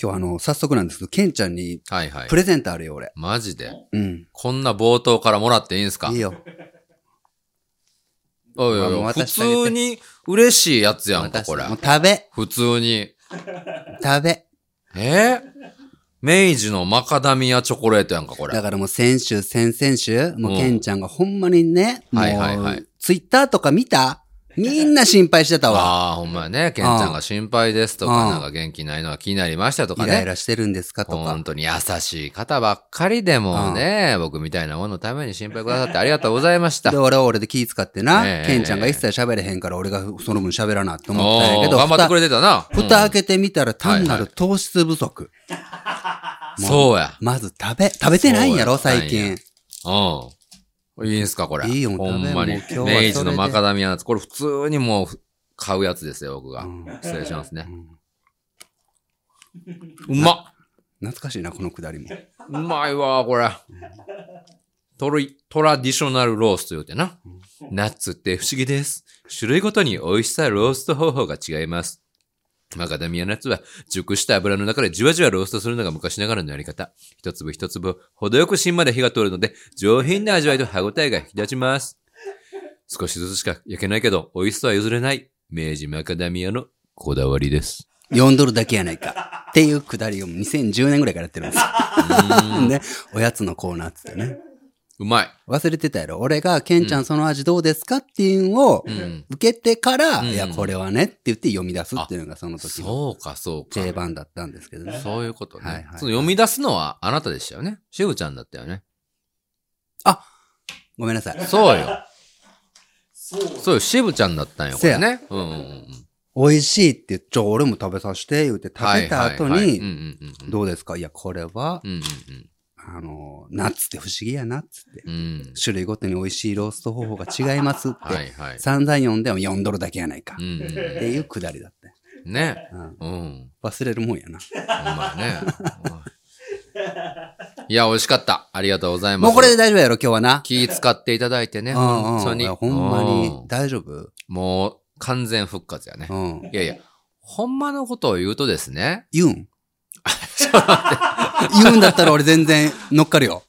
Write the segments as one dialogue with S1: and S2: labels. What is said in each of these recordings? S1: 今日あの、早速なんですけど、ケンちゃんに
S2: はいはい
S1: プ。レゼントあるよ、俺。
S2: マジで。
S1: うん。
S2: こんな冒頭からもらっていいんすか
S1: いいよ。
S2: おいおい
S1: もう
S2: おい、普
S1: 渡してあげて
S2: 通に嬉しいやつやんか、
S1: 私
S2: これ
S1: も。う食べ、
S2: 普通に。
S1: 食べ。
S2: えー明治のマカダミアチョコレートやんか、これ
S1: だ。からもう先週、先々週、もううんケンちゃんがほんまにね、もう、
S2: はいはいはい
S1: ツイッターとか見たみんな心配してたわ。
S2: ああ、ほんまやね。ケンちゃんが心配ですとか、
S1: うん
S2: なんか元気ないのは気になりましたとか
S1: イライ
S2: ね。
S1: ラしてるんですかとか
S2: 本。当に優しい方ばっかりでもね、僕みたいなもののために心配くださってありがとうござい ました
S1: で、。俺は俺で気使ってな、
S2: ええ
S1: ケンちゃんが一切喋れへんから俺がその分喋らなって思ったんや
S2: お
S1: け
S2: ー
S1: ど、
S2: 頑張ってくれ
S1: て
S2: てたな。
S1: 蓋蓋開けてみたら単なる糖質不足。
S2: うんそうや。
S1: まず食べ、食べてないんやろ、
S2: そうや
S1: 最近。
S2: うん。いいんすか、これ。
S1: いいよ
S2: ほんまに。
S1: 食べ
S2: 明
S1: もう今日はそれで
S2: 治のマカダミアナッツ。これ普通にもう買うやつですよ、僕が。
S1: うん
S2: 失礼しますね
S1: う。ん
S2: うまっ
S1: 懐かしいな、このくだりも。
S2: うまいわ、これ。トロイ、トラディショナルロースと言うてな。ナッツって不思議です。種類ごとに美味しさロースト方法が違います。マカダミアナッツは熟した油の中でじわじわローストするのが昔ながらのやり方。一粒一粒程よく芯まで火が通るので上品な味わいと歯ごたえが引き立ちます。少しずつしか焼けないけど美味しさは譲れない。明治マカダミアのこだわりです。
S1: 4ドルだけやないか。っていうくだりを2010年ぐらいからやってるんですよ。で、おやつのコーナーっつってね。
S2: うまい。
S1: 忘れてたやろ。俺が、ケンちゃんその味どうですかっていうのを
S2: ん
S1: 受けてから、
S2: うん
S1: いや、これはねって言って読み出すっていうのがその 時の
S2: そうか、そうか。
S1: 定番だったんですけどね。
S2: そういうことね。
S1: はいはい
S2: その読み出すのはあなたでしたよね。しぐちゃんだったよね。
S1: ごめんなさい。
S2: そうよ。そうよ、しぶちゃんだったんよ、こ
S1: せ
S2: れ
S1: や
S2: ね。うんうんうん。
S1: 美味しいって言って、ちょ、俺も食べさせて、言って食べた後
S2: はいはいはいうん
S1: に、
S2: うんうん
S1: どうですかいや、これは、
S2: うんうん
S1: あの、ナッツって不思議やな、っつって。
S2: うん。うん。
S1: 種類ごとに美味しいロースト方法が違いますって。
S2: はいはい。
S1: 散々読んでも4ドルだけやないか。
S2: う
S1: っ
S2: んう
S1: ていうくだりだったよ。
S2: ん。ね。
S1: うん
S2: うん。ほん
S1: 忘れるもんやな。
S2: まね。いや、美味しかった。ありがとうございま
S1: も
S2: す。
S1: うこれで大丈夫やろ、今日はな。
S2: 気使っていただいてね。
S1: うんうん
S2: 本当に。
S1: いやほんま
S2: う
S1: に
S2: ん。
S1: 大丈夫
S2: もう、完全復活やね
S1: う。ん。
S2: いやいや、ほんまのことを言うとですね。
S1: 言 うん言うんだったら俺全然乗っかるよ。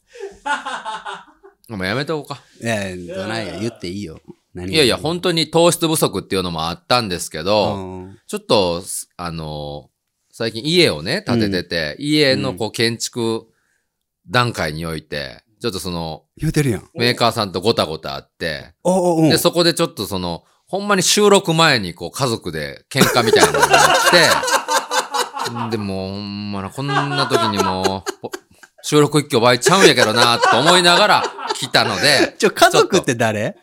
S2: もうやめとこうか。
S1: ええ、どないや、言っていいよ。何
S2: いやいや、本当に糖質不足っていうのもあったんですけど、
S1: うん
S2: ちょっと、すあのー最近家をね、建ててて、家のこう建築段階において、ちょっとその、
S1: 言うてるやん。
S2: メーカーさんとごたごたあって、
S1: おうおうおう
S2: で、そこでちょっとその、ほんまに収録前にこう家族で喧嘩みたいなのがあっ て、でもうほんまな、こんな時にもう、 ぽ収録一挙倍ちゃうんやけどな、と思いながら来たので、
S1: ちょ、家族って誰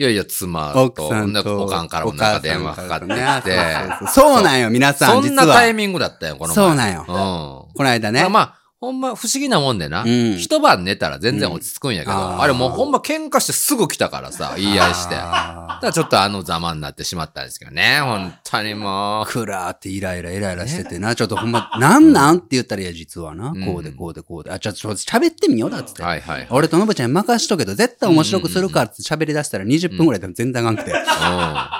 S2: いやいや、妻と、
S1: 奥さん
S2: なんか
S1: と。
S2: おかんからもなんか電話かかってき
S1: お母さん
S2: て
S1: からね。そうそうそうそうなんよ、皆さ
S2: そ
S1: ん。
S2: ん
S1: 実
S2: なタイ
S1: は。
S2: ミングだったよ、この前。
S1: そうなんよ
S2: うん。こ
S1: この間ね。
S2: まあ、ほんま不思議なもんでな。
S1: うん
S2: 一晩寝たら全然落ち着くんやけど、
S1: うんあー
S2: あれもうほんま喧嘩してすぐ来たからさ、言い合いして。だか
S1: あ
S2: らちょっとあのざまになってしまったんですけどね、本当にも
S1: ーくらーってイライライライラしててな。ちょっとほんま、なんなんって言ったら、いや、実はな。
S2: ん
S1: こうでこうでこうで。あ、ちょ、ちょ、喋ってみようだっつっ
S2: う。
S1: て。
S2: はいはい。
S1: 俺とのぶちゃんに任しとけど、絶対面白くするからって喋り出したら20分ぐらいでも全然あかんくて。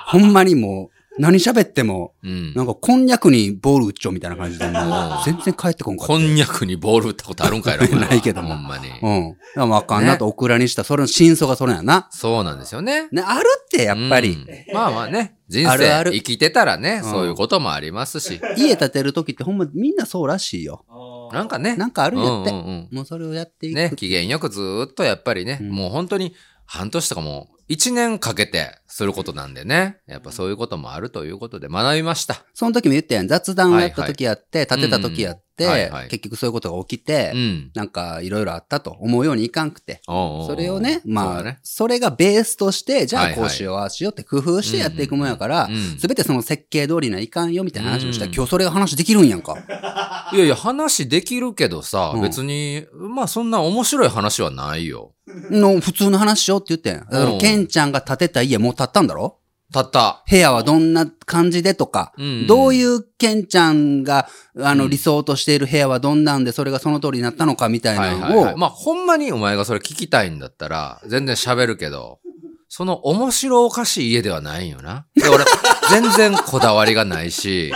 S1: ほんまにもう、何喋っても、
S2: うん。うん。
S1: なんかこんにゃくにボール打っちゃうみたいな感じで、もう全然帰ってこんかった。
S2: こんにゃくにボール打ったことある んかいな、お前
S1: ないけど
S2: ほ
S1: も
S2: んまに。
S1: うん。だからまああかんなとオクラにした、それの真相がそれやな。
S2: そうなんですよね。
S1: ね、あるって、やっぱり。
S2: うんまあまあね、人生
S1: あるある
S2: 生きてたらね、
S1: うん
S2: そういうこともありますし、
S1: 家建てるときってほんまみんなそうらしいよ。
S2: なんかね、
S1: なんかあるんやって。
S2: うんうん
S1: もうそれをやって
S2: う
S1: い
S2: ん
S1: く。
S2: ね、機嫌よくずーっとやっぱりね、
S1: うん
S2: もう本当に半年とかもう1年かけてすることなんでね、やっぱそういうこともあるということで学びました。
S1: その時も言ったやん。雑談をやった時やって、建てた時やっ
S2: うんはい
S1: て
S2: はい、
S1: 結局そういうことが起きて
S2: う、ん。
S1: なんかいろいろあったと思うようにいかんくて。
S2: おうおうおう
S1: それをね、
S2: そ
S1: ま
S2: うだ
S1: あ
S2: ね、
S1: それがベースとして、じゃ
S2: はい
S1: あ
S2: はい
S1: こうしよう、ああしようって工夫してやっていくもんやから
S2: うんうんうん、
S1: すべてその設計通りにはいかんよみたいな話をした
S2: う
S1: ら、
S2: ん
S1: 今日それが話できるんやんか。
S2: いやいや、話できるけどさ、
S1: うん
S2: 別に、まあそんな面白い話はないよ。
S1: の、普通の話しようって言ってん。だか
S2: うん
S1: ら、ケンちゃんが建てた家もう建ったんだろ
S2: たった。
S1: 部屋はどんな感じでとか、
S2: うん
S1: どういうケンちゃんが、あの、理想としている部屋はどんなんで、それがその通りになったのかみたい
S2: はい
S1: な
S2: はい
S1: の
S2: はい。
S1: を、
S2: まあほんまにお前がそれ聞きたいんだったら、全然喋るけど、その面白おかしい家ではないんよな。で、俺、全然こだわりがないし、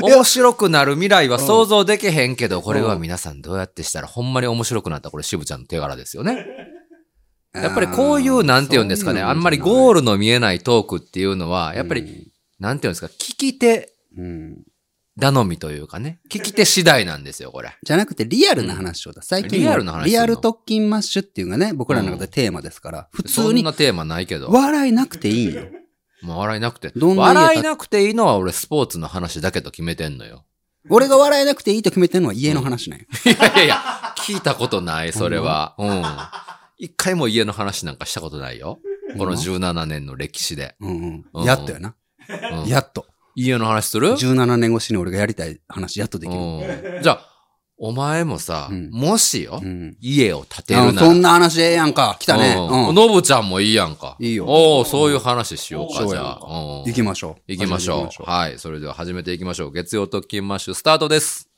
S2: 面白くなる未来は想像できへんけど、これは皆さんどうやってしたらほんまに面白くなったこれ、渋ちゃんの手柄ですよね。やっぱりこういう、なんて言うんですかね、あんまりゴー
S1: ル、
S2: ルの見えないトークっていうのは、やっぱり、なんて言うんですか、聞き手
S1: うん
S2: 頼みというかね、聞き手次第なんですよ、これ。
S1: じゃなくてリアルな話をだ。最近
S2: リ
S1: は
S2: アルな話
S1: リアル特勤マッシュっていうのがね、僕らの中でテーマですから、普
S2: そ
S1: 通
S2: ん
S1: に
S2: なテーマないけど。
S1: 笑いなくていいよ。
S2: もう笑いなくて。
S1: どんな家か
S2: 笑いなくていいのは俺スポーツの話だけど決めてんのよ。
S1: 俺が笑えなくていいと決めてるのは家の話なんよ。
S2: いやいやいや、聞いたことない、それは。うん。一回も家の話なんかしたことないよ。この17年の歴史で。
S1: うん
S2: う
S1: うんん。やっとやな。
S2: うん
S1: やっと。
S2: 家の話する
S1: 17年越しに俺がやりたい話、やっとできる。
S2: うんじゃあ、お前もさ、
S1: うん
S2: もしよ、
S1: うん。
S2: 家を建て
S1: あ
S2: るなら。
S1: そんな話ええやんか。来たね。
S2: う。
S1: うんん。
S2: のぶちゃんもいいやんか。
S1: いいよ
S2: おおそういう話しようか、
S1: そう
S2: じ
S1: や
S2: ゃ
S1: ん
S2: あ。行
S1: 行きましょう。
S2: 行きましょう。はい。それでは始めていきましょう。月曜特勤マッシュスタートです。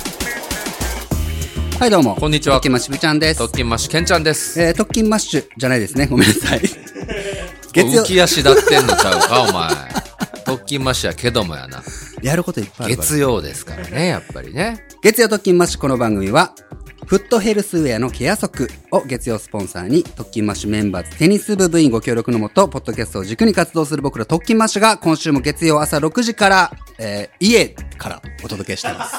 S1: う。はい、どうも。
S2: こんにちは
S1: 特勤マッシュ、ぶちゃんです
S2: 特。勤マッシュケンちゃんです。
S1: えー、特勤マッシュじゃないですね。ごめんな さい。月曜
S2: 浮、き足立ってんのちゃう か、お前。特勤マッシュやけどもやな。
S1: やることいっぱいあるから。
S2: 月曜ですからね、やっぱりね。
S1: 月曜特勤マッシュこの番組は、フットヘルスウェアのケア足を月曜スポンサーに、特勤マッシュメンバーズテニス部部員ご協力のもと、ポッドキャストを軸に活動する僕ら特勤マッシュが、今週も月曜朝6時から、えー家からお届けしてます。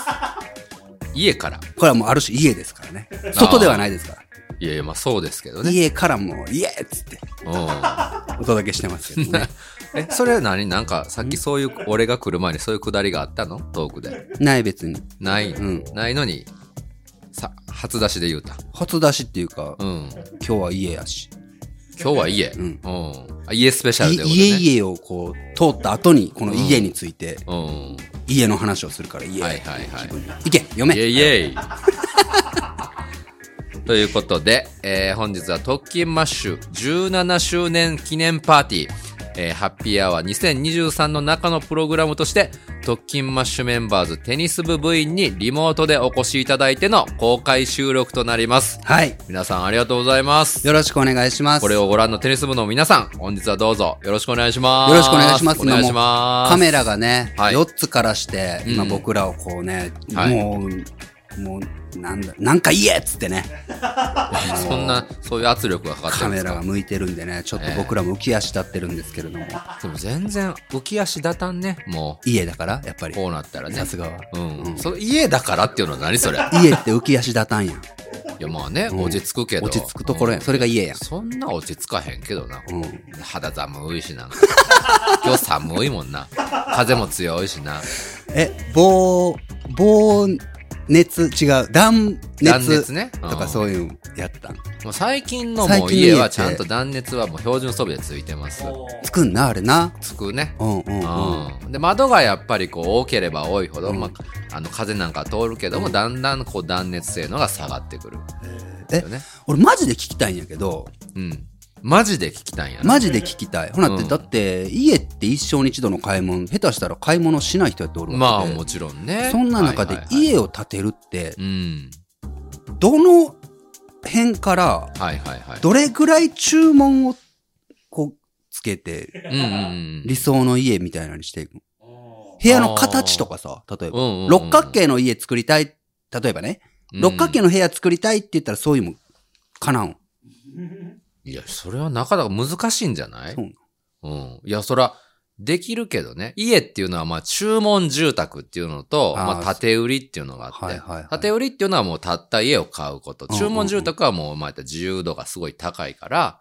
S2: 家から。
S1: これはもうある種家ですからね。外ではないですか
S2: いやいや、まあそうですけど
S1: ら。
S2: ね。
S1: 家からもう、イエーっつって
S2: うん。
S1: お届けしてますけど ね。
S2: え、それ何なんか、さっきそういう、俺が来る前にそういうくだりがあったのトークで。
S1: ない別に。
S2: ない、
S1: ん
S2: ないのに、さ、初出しで言うた。
S1: 初出しっていうか、
S2: うん。
S1: 今日は家やし。
S2: 今日は家。うん
S1: ん。
S2: あ家スペシャル
S1: い
S2: ということで、ね。
S1: 家々をこう、通った後に、この家について、
S2: うん。
S1: 家の話をするから、家。
S2: はいはいはい。
S1: いけ、読め。
S2: イェイイ ェイということで、えー本日は特勤マッシュ17周年記念パーティー、えーハッピーアワー2023の中のプログラムとして、特勤マッシュメンバーズテニス部部員にリモートでお越しいただいての公開収録となります。
S1: はい。
S2: 皆さんありがとうございます。
S1: よろしくお願いします。
S2: これをご覧のテニス部の皆さん、本日はどうぞよろしくお願いします。
S1: よろしくお願いします
S2: お願いします。
S1: カメラがね、
S2: はい
S1: 4つからして、今
S2: うん
S1: 僕らをこうね、
S2: はい
S1: もう、もう、なんだ、なんか言えっつってね、
S2: そんな、そういう圧力がかかってる
S1: カ
S2: んで
S1: メ
S2: すか
S1: ラが向いてるんでね、ちょっと僕らも浮き足立ってるんですけれども、
S2: でも全然浮き足立たんね。も
S1: 家だから、やっぱ
S2: う、
S1: り。
S2: こうなったらね
S1: さ。すがは。
S2: うん。その家だからっていうのは何 それい
S1: 家って浮き足立たんやん。
S2: やまあね、落ち着くけど。
S1: 落ち着くところやん。それが家やん
S2: うん。そんな落ち着かへんけどな。
S1: うん。
S2: 肌寒いしな。 今日寒いもんな。風も強いしな。
S1: え、防、防熱、違う、断
S2: 断
S1: 熱
S2: 熱ね。
S1: とか
S2: うん
S1: そういうのやったん。
S2: もう最近の
S1: 最
S2: もう
S1: 近の家
S2: 家は
S1: って
S2: ちゃんと断熱はもう標準装備でついてます。
S1: つくんな、あれな。
S2: つくね。
S1: うんうんうん。
S2: うん、で窓がやっぱりこう多ければ多いほど、まあ、あの風なんか通るけども、だんだんこう断熱性のが下がってくる、
S1: え
S2: よね
S1: 俺マジで聞きたいんやけど、
S2: うん、マジで聞きたいんやな
S1: マジで聞きたい。ほなって、
S2: うん
S1: だって、家って一生に一度の買い物、下手したら買い物しない人やっておる
S2: ま
S1: わ
S2: あ
S1: けで。
S2: もちろんね
S1: そんな中で
S2: はいはいはい
S1: 家を建てるって、
S2: うん
S1: どの辺から、
S2: はいはいはい
S1: どれぐらい注文を、こう、つけて、
S2: うんうん
S1: 理想の家みたいなのにしていくの部屋の形とかさ、例えば、
S2: うんうん
S1: 六角形の家作りたい、例えばね、
S2: うん
S1: 六角形の部屋作りたいって言ったらそういうもん、かなうん。
S2: いやそれはなかなか難しいんじゃない
S1: そうなの
S2: うん、いやそらできるけどね家っていうのはまあ注文住宅っていうのと
S1: あー
S2: まあ、建て売りっていうのがあって、
S1: はいはいはい。
S2: 建て売りっていうのはもうたった家を買うこと。
S1: うんうん
S2: 注文住宅はもう、まあ、自由度がすごい高いから、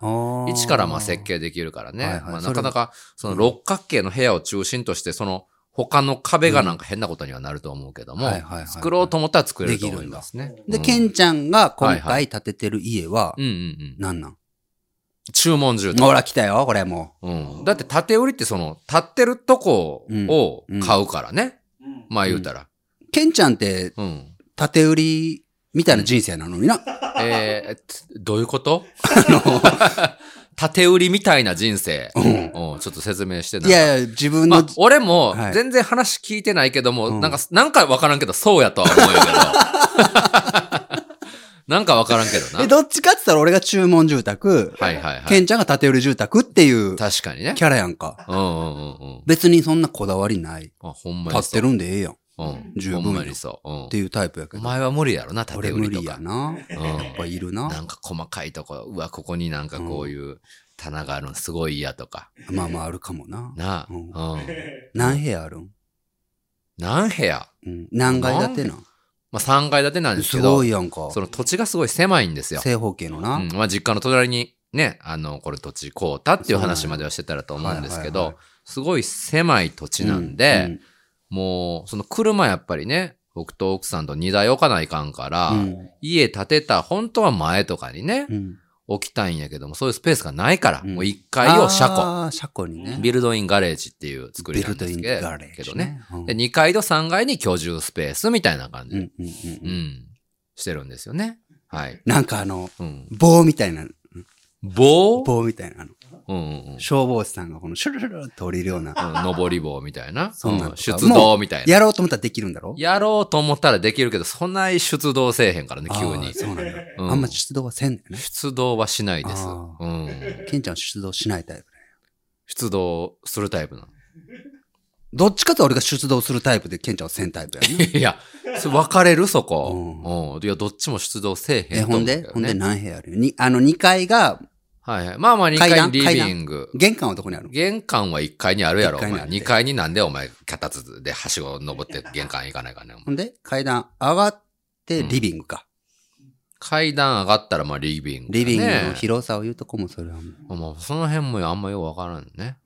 S2: 一
S1: 一
S2: からまあ設計できるからね。
S1: はいはい
S2: まあ、
S1: そ
S2: な
S1: れ
S2: かなか、その六角形の部屋を中心として、その他の壁がなんか変なことにはなると思うけども、
S1: うんはいはいはい
S2: 作ろうと思ったら作れると思いますね。
S1: で、
S2: うん
S1: ケンちゃんが今
S2: はいは
S1: 回建ててる家は
S2: うん、うんうん。
S1: 何なん
S2: 注文住宅。
S1: ほら、来たよ、これも
S2: うん。だって建て売りってその、建ってるとこを買うからね。まあ言うたら。
S1: う。ケンちゃんって、
S2: うん。
S1: 建て売りみたいな人生なのにな。
S2: えー、つどういうこと
S1: あの、
S2: 縦売りみたいな人生。
S1: う
S2: うんん、ちょっと説明してな。
S1: いやいや、自分の
S2: まあ、、俺も
S1: はい
S2: 全然話聞いてないけども、
S1: ん
S2: なんか、なんかわからんけど、そうやとは思うんやけ ど。なんかわからんけどな。
S1: え、どっちかって言ったら俺が注文住宅、
S2: はいはいは
S1: ケ
S2: い。
S1: ンちゃんが建て売り住宅っていうキ
S2: 確かにね。
S1: ャラやんか。
S2: うんうんうんうん。
S1: 別にそんなこだわりない。
S2: あ、ほんま
S1: 建
S2: に
S1: っ
S2: そ
S1: て
S2: う。
S1: るんでええやん。っ
S2: うん。
S1: 十分よ
S2: ほんまにそう。うん
S1: て。いうタイプやけ
S2: お
S1: ど。
S2: 前は無理やろな、縦
S1: 俺
S2: 売
S1: 無
S2: りと
S1: 理や
S2: か。
S1: な。
S2: うん。
S1: やっぱいるな。
S2: なんか細かいとこ、うわ、ここになんかこういう棚があるのすごい嫌とか。
S1: まあまああるかもな。
S2: なあ。
S1: う
S2: うんん。
S1: 何部屋あるん
S2: 何部屋
S1: うん。何階建てな
S2: まあ3階建てなんです
S1: す
S2: けど
S1: ごい、やんか。
S2: その土地がすごい狭いんですよ。
S1: 正方形のな。
S2: うん、まあ実家の隣にね、あの、これ土地こうたっていう話まではしてたらと思うんですけ
S1: はいはい
S2: ど
S1: は、
S2: すごい狭い土地なんで、もう、その車やっぱりね、僕と奥さんと荷台置かないかんから、
S1: うん、うん
S2: 家建てた、本当は前とかにね
S1: う、ん
S2: 置きたいんやけども、そういうスペースがないから、
S1: うん
S2: もう1階を車庫、
S1: あー車庫にね。
S2: ビルドインガレージっていう作り
S1: ビ
S2: なん
S1: ルド
S2: で
S1: イ
S2: す
S1: ン
S2: け
S1: ガレー
S2: け
S1: ジ
S2: どね。
S1: ね。うん
S2: で、2階と3階に居住スペースみたいな感
S1: う
S2: じで、
S1: んうんうん
S2: う
S1: うん
S2: ん、してるんですよね。はい。
S1: なんかあの、
S2: うん。
S1: 棒みたいな、
S2: 棒
S1: 棒みたいな、あの、
S2: うんうん
S1: 消防士さんがこのシュルルルって降りるような、
S2: うん。上り棒みたいな。
S1: そんなん
S2: うん
S1: とか
S2: 出動みたいな。
S1: やろうと思ったらできるんだろ
S2: やろうと思ったらできるけど、そんな出動せえへんからね、急
S1: あー
S2: に。
S1: そうなんだ。
S2: うん
S1: あんま出動はせんねんね。
S2: 出動はしないです。
S1: あ
S2: うん。
S1: ケンちゃんは出動しないタイプね。
S2: 出動するタイプなの。
S1: どっちかと俺が出動するタイプで、ケンちゃんはせんタイプやね。
S2: いや、それ分かれるそこ。
S1: う
S2: うん。いや、どっちも出動せえ
S1: え、
S2: へんと
S1: ほ
S2: 思
S1: ん
S2: うけどね
S1: で、ほんで何部屋あるに、あの、2階が、
S2: はいはい。まあまあ、2
S1: 階
S2: 階
S1: 段
S2: にリビング。
S1: 玄関はどこにあるの
S2: 玄関は1階にあるやろ、
S1: 一
S2: お
S1: 階
S2: 前。
S1: にある
S2: 2階になんでお前、脚立ではしご登って玄関行かないかね、お前
S1: ほんで、階段上がって、リビングか。
S2: 階段上がったら、まあ、リビングだ
S1: リ
S2: ね、
S1: ビングの広さを言うとこもそれはもう。
S2: もう、その辺もあんまよくわからんね。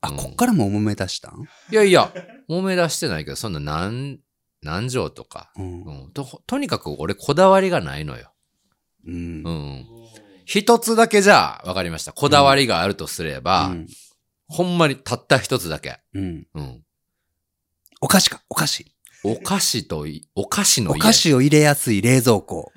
S1: あ、
S2: うん
S1: こっからも揉め出したん
S2: いやいや、揉め出してないけど、そんな何、何畳とか。
S1: うん
S2: う。ん、と、とにかく俺こだわりがないのよ。
S1: うん
S2: う。ん。一つだけじゃあ、わかりました。こだわりがあるとすれば、
S1: うん
S2: ほんまにたった一つだけ。
S1: うん。
S2: うん。
S1: お菓子か、お菓子。
S2: お菓子とい、お菓子の
S1: お
S2: 家。
S1: 菓子を入れやすい冷蔵 庫。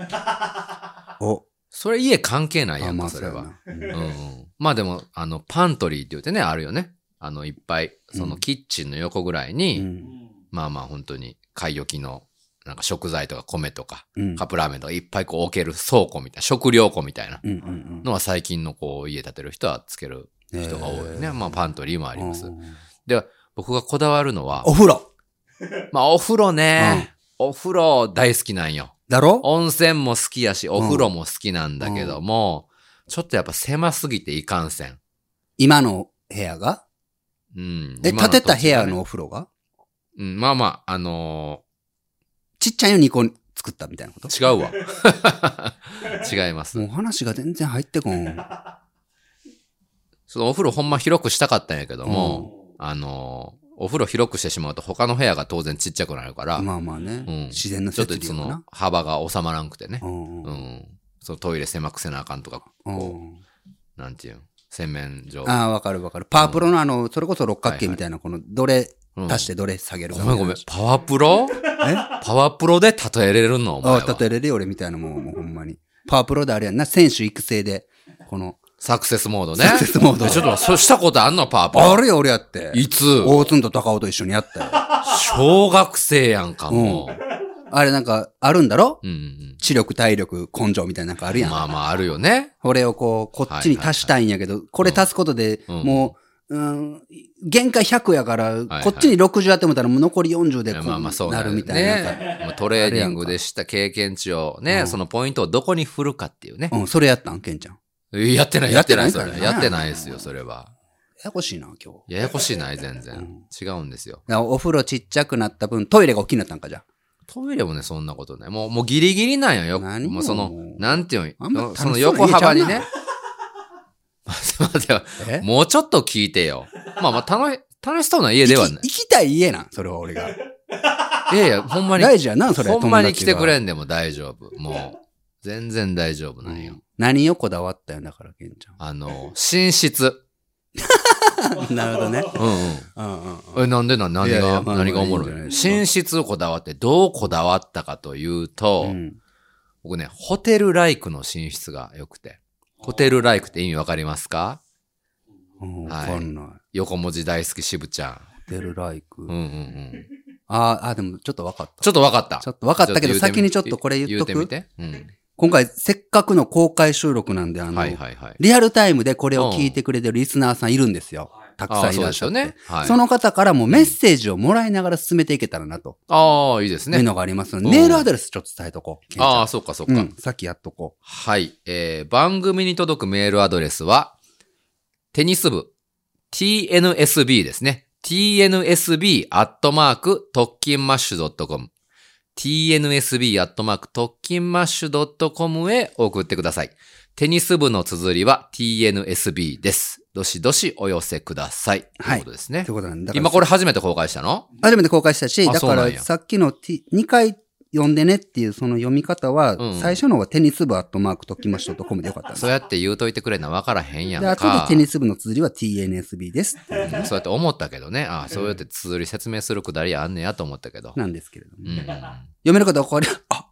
S1: お、
S2: それ家関係ないや
S1: あ、
S2: ん
S1: ま
S2: か、
S1: あ、
S2: そ
S1: そ
S2: れ
S1: れ
S2: は。
S1: は。
S2: うんうんまあでも、あの、パントリーって言ってね、あるよね。あの、いっぱい、そのキッチンの横ぐらいに、
S1: うん
S2: まあまあ本当に買い置きの、なんか食材とか米とか、
S1: うん。
S2: カップラーメンとかいっぱいこう置ける倉庫みたいな、食料庫みたいな
S1: うんうんうん。
S2: のは最近のこう家建てる人はつける人が多いよね。まあパントリーもあ
S1: あ
S2: ります。
S1: うん
S2: 僕がこだわるのは
S1: お、風呂
S2: まあお風呂ね、お風呂大好きなんよ。
S1: だろ
S2: 温泉も好きやし、お風呂も好きなんだけども、ちょっとやっぱ狭すぎていかんせん。
S1: 今の部屋が
S2: うん。
S1: え、
S2: 今
S1: 建て
S2: の土地が
S1: た
S2: ね
S1: 部屋の。お風呂が
S2: うん、まあまあ、あの
S1: ちっちゃいの2個作ったみたいなこと
S2: ー違うわ。違います
S1: もう。話が全然入ってこ ん。
S2: そのお風呂ほんま広くしたかったんやけども、あのー、お風呂広くしてしまうと他の部屋が当然ちっちゃくなるから、
S1: まあまあね。
S2: うん
S1: 自然の
S2: ちょっ
S1: 設
S2: と
S1: 理
S2: そ
S1: よな
S2: の。幅が収まらんくてね
S1: う、ん
S2: う
S1: うん
S2: ん。そのトイレ狭くせなあかんとか、
S1: うん
S2: なんていうん、洗面所。
S1: ああ、わかるわかる。パワープロのあの、それこそ六角形みたいな、この、どれ
S2: うん
S1: 足してどれ下げる
S2: ご
S1: か。
S2: めんごめん。。パワープロ
S1: え
S2: パワープロで例えれるのお前
S1: ああ、
S2: は。
S1: 例えれるよ、俺みたいなもん、もうほんまに。パワープロであれやんな、選手育成で、この、
S2: サクセスモードね。
S1: サクセスモード
S2: えちょっと、そしたことあんのパワープロ。
S1: あるよ、俺やって。
S2: いつ
S1: 大津と高尾と一緒にやった よ。
S2: 小学生やんか、も
S1: あれなんか、あるんだろ
S2: う。うんうん
S1: 知力、体力、根性みたいななんかある
S2: う
S1: や
S2: ん。
S1: ん。
S2: まあまあ、あるよね。
S1: これをこう、こっちに足したいんやけど、これ足すことで、
S2: うん
S1: もう、うん、限界100やから、
S2: はい
S1: こっちに60やってもたら、もう残り40でこ
S2: まあまあ、そうう
S1: な
S2: な
S1: る
S2: る
S1: み
S2: み
S1: た
S2: た
S1: い
S2: い
S1: な
S2: な。
S1: なんか。
S2: まあトレーニングでした経験値を
S1: うん
S2: ね、そのポイントをどこに振るかっていうね。
S1: うん、それやったん、ケンちゃん。
S2: えやってない、
S1: や
S2: や
S1: っ
S2: ってて
S1: な
S2: ないい、
S1: か
S2: そ
S1: ら
S2: れ
S1: な。
S2: やってないですよ、それは。
S1: ややこしいな、今日。だか
S2: ややこしいない、全然。違うんですよ。
S1: らお風呂ちっちゃくなった分、トイレが大きくなったんか、じゃあ。
S2: トイレもね、そんなことない。もう、もうギリギリなんよ、よ。
S1: 何を
S2: もうその
S1: もう、
S2: なんていう
S1: あんま
S2: の、
S1: 楽し
S2: そ
S1: そう
S2: の
S1: に言え
S2: 横
S1: ちゃうな
S2: 幅に ね。待って待って
S1: え
S2: もうちょっと聞いてよ。まあまあ、楽し、楽しそうな家ではない
S1: 行。き行きたい家なん、それは俺が。
S2: いやいや、ほんまに、
S1: 大事やな、それ。
S2: ほんまに
S1: 友
S2: 来
S1: 達
S2: て
S1: が
S2: くれんでも大丈夫。もう、全然大丈夫なんよ。
S1: 何をこだわったよ、だから、ケンち
S2: あの、寝室。
S1: ゃ ん。なるほどね。
S2: うんうん。
S1: うんうんうん。
S2: え、なんでな、何
S1: いやいや
S2: が、
S1: まあ
S2: 何がおも
S1: いいん
S2: ろ
S1: じゃない
S2: い
S1: ですか
S2: 寝室をこだわって、どうこだわったかというと、
S1: うん
S2: 僕ね、ホテルライクの寝室が良くて。ホテルライクって意味わかりますか
S1: うんわ
S2: はい
S1: かんない。
S2: 横文字大好きしぶちゃ
S1: ホテルライク。
S2: ん。うんうんうん。
S1: あーあー、でもちょっとわかった。
S2: ちょっとわかった。
S1: ちょっとわかったけど、
S2: ちょっと言うてみ
S1: 先にちょっとこれ言っと
S2: 言う
S1: く。
S2: てみて。
S1: 今回、せっかくの公開収録なんで、あ
S2: うん。
S1: の、
S2: はいはいはい。
S1: リアルタイムでこれを聞いてくれてるリスナーさんいるんですよ。たく
S2: あ
S1: さ
S2: あ、
S1: んい
S2: そう
S1: らっ
S2: で
S1: し
S2: す
S1: ゃっ
S2: よ
S1: て。
S2: ね。はい。
S1: その方からもメッセージをもらいながら進めていけたらなと
S2: ああ、いいです
S1: いう
S2: ね。
S1: のがありますので、
S2: うん
S1: メールアドレスちょっと伝えとこう。
S2: ああ、そうかそう
S1: う
S2: か。
S1: ん、さっきやっとこ
S2: はい。えー、番組に届くメールアドレスは、テニス部、tnsb ですね。tnsb アットマーク、特勤マッシュ .com。tnsb アットマーク、特勤マッシュ .com へ送ってください。テニス部の綴りは tnsb です。どしどしお寄せください。
S1: はい
S2: ということです
S1: う。
S2: ね
S1: という。ことなんだ。だから
S2: 今これ初めて公開したの
S1: 初めて公開したし、
S2: あ
S1: だ
S2: そう
S1: か
S2: な
S1: ら
S2: んや
S1: さっきの T、2回読んでねっていうその読み方は、
S2: うん
S1: 最初の方がテニス部アットマークときましょうとコムでよかったんです
S2: そうやって言うといてくれな、わからへんやん
S1: で、
S2: か。
S1: 後でテニス部の綴りは TNSB ですっていう
S2: うんそうやって思ったけどね。ああ、そうやって綴り説明するくだりあんねやと思ったけど。
S1: なんですけれども。
S2: うん。
S1: 読める方はこれ、あ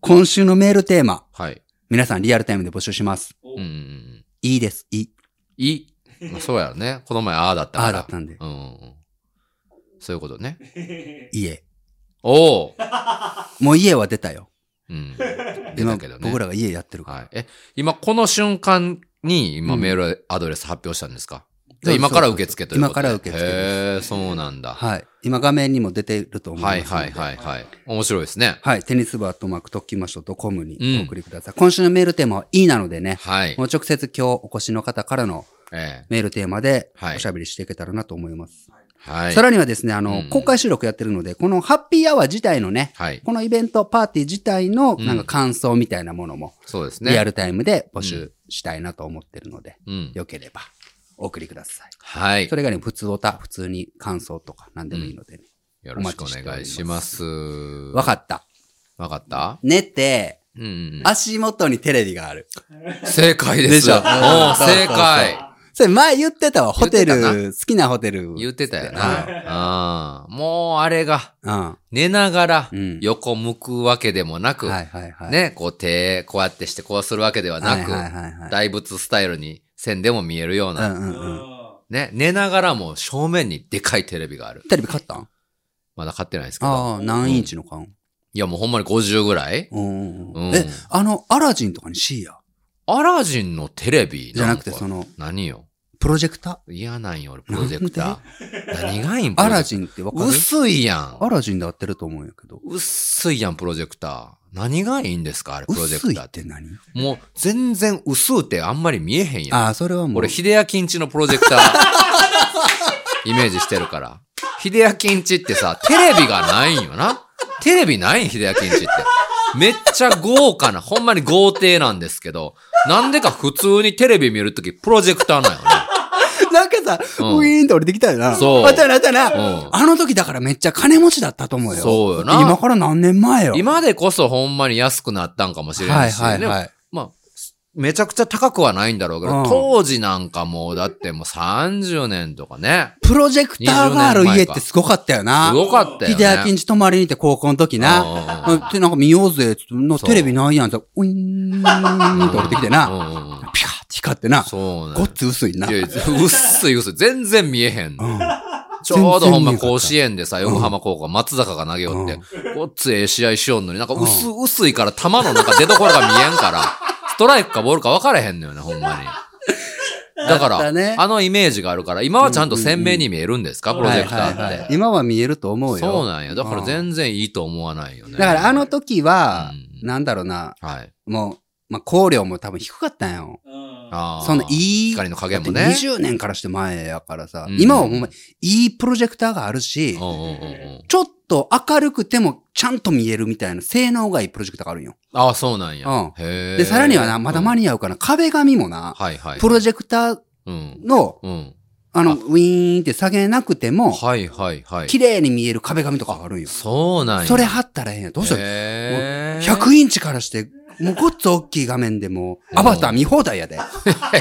S1: 今週のメールテーマ、
S2: はい。
S1: 皆さんリアルタイムで募集します。
S2: うん。
S1: いいです、いい。
S2: い。まあそうやろね。この前ああだった
S1: あ
S2: か
S1: あ
S2: ら。
S1: だったんで、
S2: うんうんうん。そういうことね。
S1: いえ。
S2: おお。
S1: もう家は出たよ。
S2: うん。出たけど
S1: 今
S2: ね。
S1: 僕らが家やってるから。
S2: はい。え、今この瞬間に今
S1: うん
S2: メールアドレス発表したんですか、
S1: そう
S2: で今から受
S1: そう
S2: 付
S1: そう
S2: ということ
S1: 今か
S2: で
S1: ら受付です
S2: へえ、そうなんだ。
S1: はい。今画面にも出てると思いま
S2: は
S1: す
S2: い
S1: ので。
S2: はいはいはい。面白いですね。
S1: はい。テニス部アットマークときましょうとコムに
S2: う
S1: お
S2: ん
S1: 送りください。今週のメールテーマは E なのでね、
S2: はい
S1: も。う直接今日お越しの方からの
S2: ええ
S1: メールテーマで
S2: はい
S1: おしゃべりしていけたらなと思います。
S2: はい
S1: さ。らにはですね、あの、
S2: うん
S1: 公開収録やってるので、このハッピーアワー自体のね、
S2: はい。
S1: このイベント、パーティー自体の
S2: うん
S1: なんか感想みたいなものも、
S2: そうですね。
S1: リアルタイムで募集したいなと思ってるので、
S2: うん。
S1: よければお送りください。
S2: はい。
S1: それ以外にも普通おた、普通に感想とか何でもいいのでね。
S2: よろしくお願いします。
S1: わ
S2: わ
S1: かった。
S2: かった
S1: 寝て、
S2: うんうん
S1: 足元にテレビがある。
S2: 正解で。
S1: ですしょ
S2: おう正
S1: そうそう
S2: 解。
S1: それ前言ってたわ。ホテル、
S2: 言っ
S1: 好きなホテル。
S2: 言ってたよ
S1: は
S2: な。うんもうあれが、
S1: うん。
S2: 寝ながら
S1: うん
S2: 横向くわけでもなく、
S1: はいはいはい。。
S2: ね、こう手、こうやってしてこうするわけではな
S1: はいはいはいはい
S2: く、大仏スタイルに線でも見えるよう
S1: う
S2: な、
S1: んうんうん。
S2: ね、寝ながらも正面にでかいテレビがある。
S1: テレビ買ったん
S2: まだ買ってないですけど。
S1: ああ、何インチの買うん
S2: いやもうほんまに50ぐらい
S1: うんうん
S2: う
S1: うん
S2: ん
S1: え、あの、アラジンとかにシーや。
S2: アラジンのテレビ
S1: じゃ
S2: ん
S1: な
S2: か
S1: くて、その、
S2: 何よ
S1: プロジェクタ
S2: 嫌なんよ、俺、プロジェクター。何がいいん
S1: ーアラジ
S2: ン。
S1: ンってわかる
S2: 薄いや
S1: ア
S2: ん。
S1: ラジンで合ってると思うんやけど。
S2: 薄いやん、プロジェクター。何がいいんですかあれ、プロジェ
S1: 薄
S2: ク
S1: い
S2: ター
S1: っ
S2: って。
S1: て何
S2: もう、全然薄うてあんまり見えへんやん。
S1: ああ、それはもう。
S2: 俺、秀明んちのプロジェク ター、イメージしてるから。秀明んちってさ、テレビがないんよな。テレビないん、秀明んちって。めっちゃ豪華な、ほんまに豪邸なんですけど、なんでか普通にテレビ見るとき、プロジェクターなんよね。
S1: なんかさ、
S2: うん
S1: ウィーンと降りてきたよな。
S2: そう
S1: あったな、あったな。
S2: うん
S1: あの時だからめっちゃ金持ちだったと思うよ。
S2: そうよな
S1: 今から何年前よ。
S2: 今でこそほんまに安くなったんかもしれな
S1: はい
S2: いし、
S1: はい
S2: でも
S1: はい。
S2: まあ、めちゃくちゃ高くはないんだろうけど、
S1: うん
S2: 当時なんかもう、だってもう30年とかね、
S1: プロジェクターがある家ってすごかったよな。
S2: すごかったよね。
S1: 秀明んち泊まりに行って高校の時
S2: う
S1: な。
S2: んうんうん
S1: で、なんか見ようぜ、つってな
S2: そう
S1: テレビないや ん。さウィーンと降りてきて
S2: う
S1: な。
S2: んうんうん
S1: ピカーって光ってな。
S2: そう
S1: ご
S2: ね
S1: っ。つ薄いな。
S2: いうや、薄い薄い。全然見えへんの。
S1: ん
S2: ちょうどほん
S1: 全然見えへんか
S2: ま
S1: った
S2: 甲子園でさ、横浜高校、松坂が投げよって、ごっつええ試合しよんのに、なんか薄、薄いから球のなんか出所が見えんから、ストライクかボールか分からへんのよね、ほんまに。だか
S1: あった
S2: ら、
S1: ね
S2: あのイメージがあるから、今はちゃんと鮮明に見えるんですか、プロジェクターって。
S1: はいはいはい今は見えると思うよ。
S2: そうなんや。だから全然いいと思わないよね。
S1: だからあの時は、
S2: うん
S1: なんだろうな、
S2: はい。
S1: もう、まあ、香料も多分低かったんよ。
S2: あー
S1: そのいい、
S2: 光の加減も
S1: だっ
S2: ね。
S1: て20年からして前やからさ、
S2: うん
S1: 今はほんまいいプロジェクターがあるし
S2: うん、うんうんうん
S1: ちょっと明るくてもちゃんと見えるみたいな性能がいいプロジェクターがあるんよ。
S2: ああ、そうなんや。
S1: うん
S2: へえ。
S1: で、さらにはな、まだ間
S2: に、
S1: に合うかな、壁紙もな、
S2: はいはい。
S1: プロ
S2: ジ
S1: ジェクター
S2: ェうん。
S1: の、
S2: うん。
S1: あの、
S2: あ
S1: ウィーンって下げなくても、
S2: はいはいはい。
S1: 綺麗に見える壁紙とかがあるんよ。
S2: そうなんや。
S1: それ貼ったらええんや。どうしたら
S2: へえ。
S1: 100インチからして、もうごっつ大きい画面でもう、アバター見放題やで。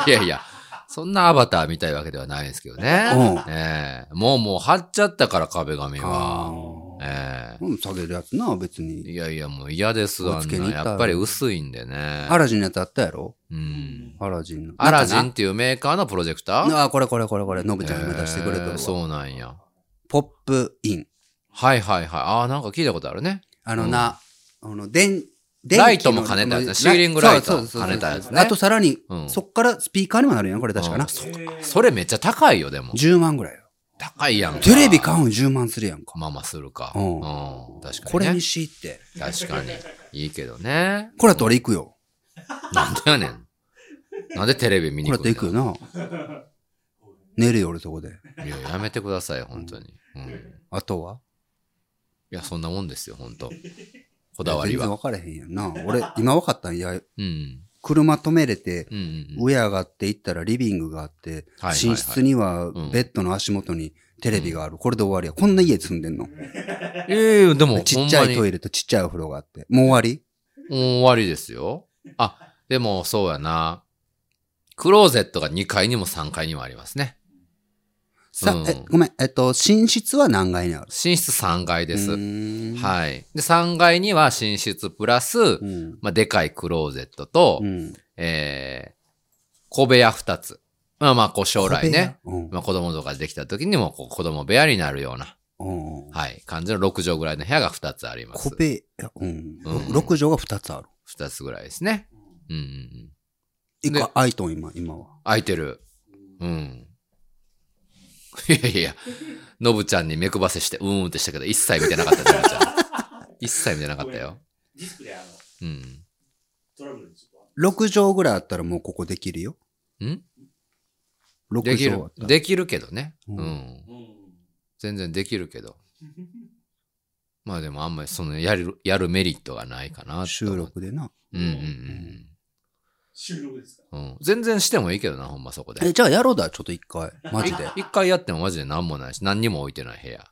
S2: いやいや、そんなアバターみたいわけではないですけどね。
S1: うん
S2: ええもうもう貼っちゃったから壁紙
S1: あ
S2: は。
S1: ー
S2: ええ
S1: うん、下げるやつな、別に。
S2: いやいや、もう嫌です、
S1: 追い
S2: あ
S1: つ
S2: ん
S1: けに行
S2: な。
S1: ったよ
S2: やっぱり薄いんでね。
S1: アラジンのやつあったやろ
S2: うん。
S1: アラジンの。
S2: アラジンっ
S1: あ
S2: ていうメーカーのプロジェクター
S1: あ、これこれこれこれ、ノブちゃんが今出してくれた
S2: えー
S1: るわ。
S2: そうなんや。
S1: ポップイン。
S2: はいはいはい。ああ、なんか聞いたことあるね。
S1: あのな、あの、電、電気の
S2: ライトも兼ねたやつねシーリングライト
S1: そうそうそうそう
S2: 兼ねたやつね
S1: あとさらに
S2: う、ん
S1: そっからスピーカーにもなるやん、これ確かな
S2: うん。そっかそれめっちゃ高いよ、でも。
S1: 10万ぐらいよ。
S2: 高いやんか。
S1: テレビ買うん10万するやんか。
S2: まあまあするか。
S1: う
S2: うんん。確か
S1: こ
S2: に、
S1: れ
S2: ね。
S1: にしって。
S2: 確かに。いいけどね。
S1: これやったら行くよ。
S2: なんでやねん。なんでテレビ見
S1: これ
S2: に
S1: や
S2: 行
S1: っ
S2: く
S1: たら行くよな。寝るよ、俺そこで。
S2: いや、やめてください、本当に。うん。い
S1: あとは
S2: や、そんなもんですよ、本当こだわり
S1: 全然
S2: は。
S1: 分かれへんやんな。俺、今分かったんいや、
S2: うん。
S1: 車止めれて、
S2: うんうんうん。
S1: 上上がっていったらリビングがあって、
S2: はいはいはい
S1: 寝室には
S2: ん
S1: ベッドの足元にテレビがある。これで終わりや。こんな家住んでんの。
S2: ええでも、
S1: ち
S2: ほ
S1: っ
S2: ん
S1: ちゃ
S2: ま
S1: い
S2: に、
S1: ト
S2: もう
S1: イレとちっちゃいお風呂があって。もう終わり
S2: 終わりですよ。あ、でも、そうやな。クローゼットが2階にも3階にもありますね。
S1: さ、
S2: うん
S1: え、ごめん。えっと、寝室は何階にある
S2: 寝室3階です。
S1: うーん
S2: はい。で、3階には寝室プラス、
S1: うん。
S2: まあ、でかいクローゼットと、
S1: うん。
S2: えー、小部屋2つ。まあまあ、こう将来ね、
S1: 小部屋。うん
S2: まあ子供とかできた時にも、こう子供部屋になるような、
S1: うんうん。
S2: はい、感じの6畳ぐらいの部屋が2つありま
S1: コ
S2: す。
S1: ペ、うん。
S2: うん
S1: 6畳が2つある。
S2: 2つぐらいですね。うんうんうん。
S1: い
S2: で
S1: か、アイトン今、今は。
S2: 空いてる。うん。いやいや、のぶちゃんに目配せして、うーんってしたけど、一切見てなかった、のぶちゃん。一切見てなかったよ。
S3: ディスプレイあの、
S2: うん。
S3: トラブルにちょっと
S1: 6畳ぐらいあったらもうここできるよ。
S2: ん
S1: 6
S2: でき
S1: 畳
S2: る
S1: あっ、たら。
S2: できるけどね。
S1: うん
S2: うん
S3: あの
S2: 全然できるけど。まあでもあんまりそのやる、やるメリットがないかなと
S1: 収録でな。
S2: うんうん
S3: 収録ですか
S2: うんうん。全然してもいいけどな、ほんまそこで。
S1: え、じゃあやろうだ、ちょっと一回。マジで。
S2: 一回やってもマジで何もないし、何にも置いてない部屋。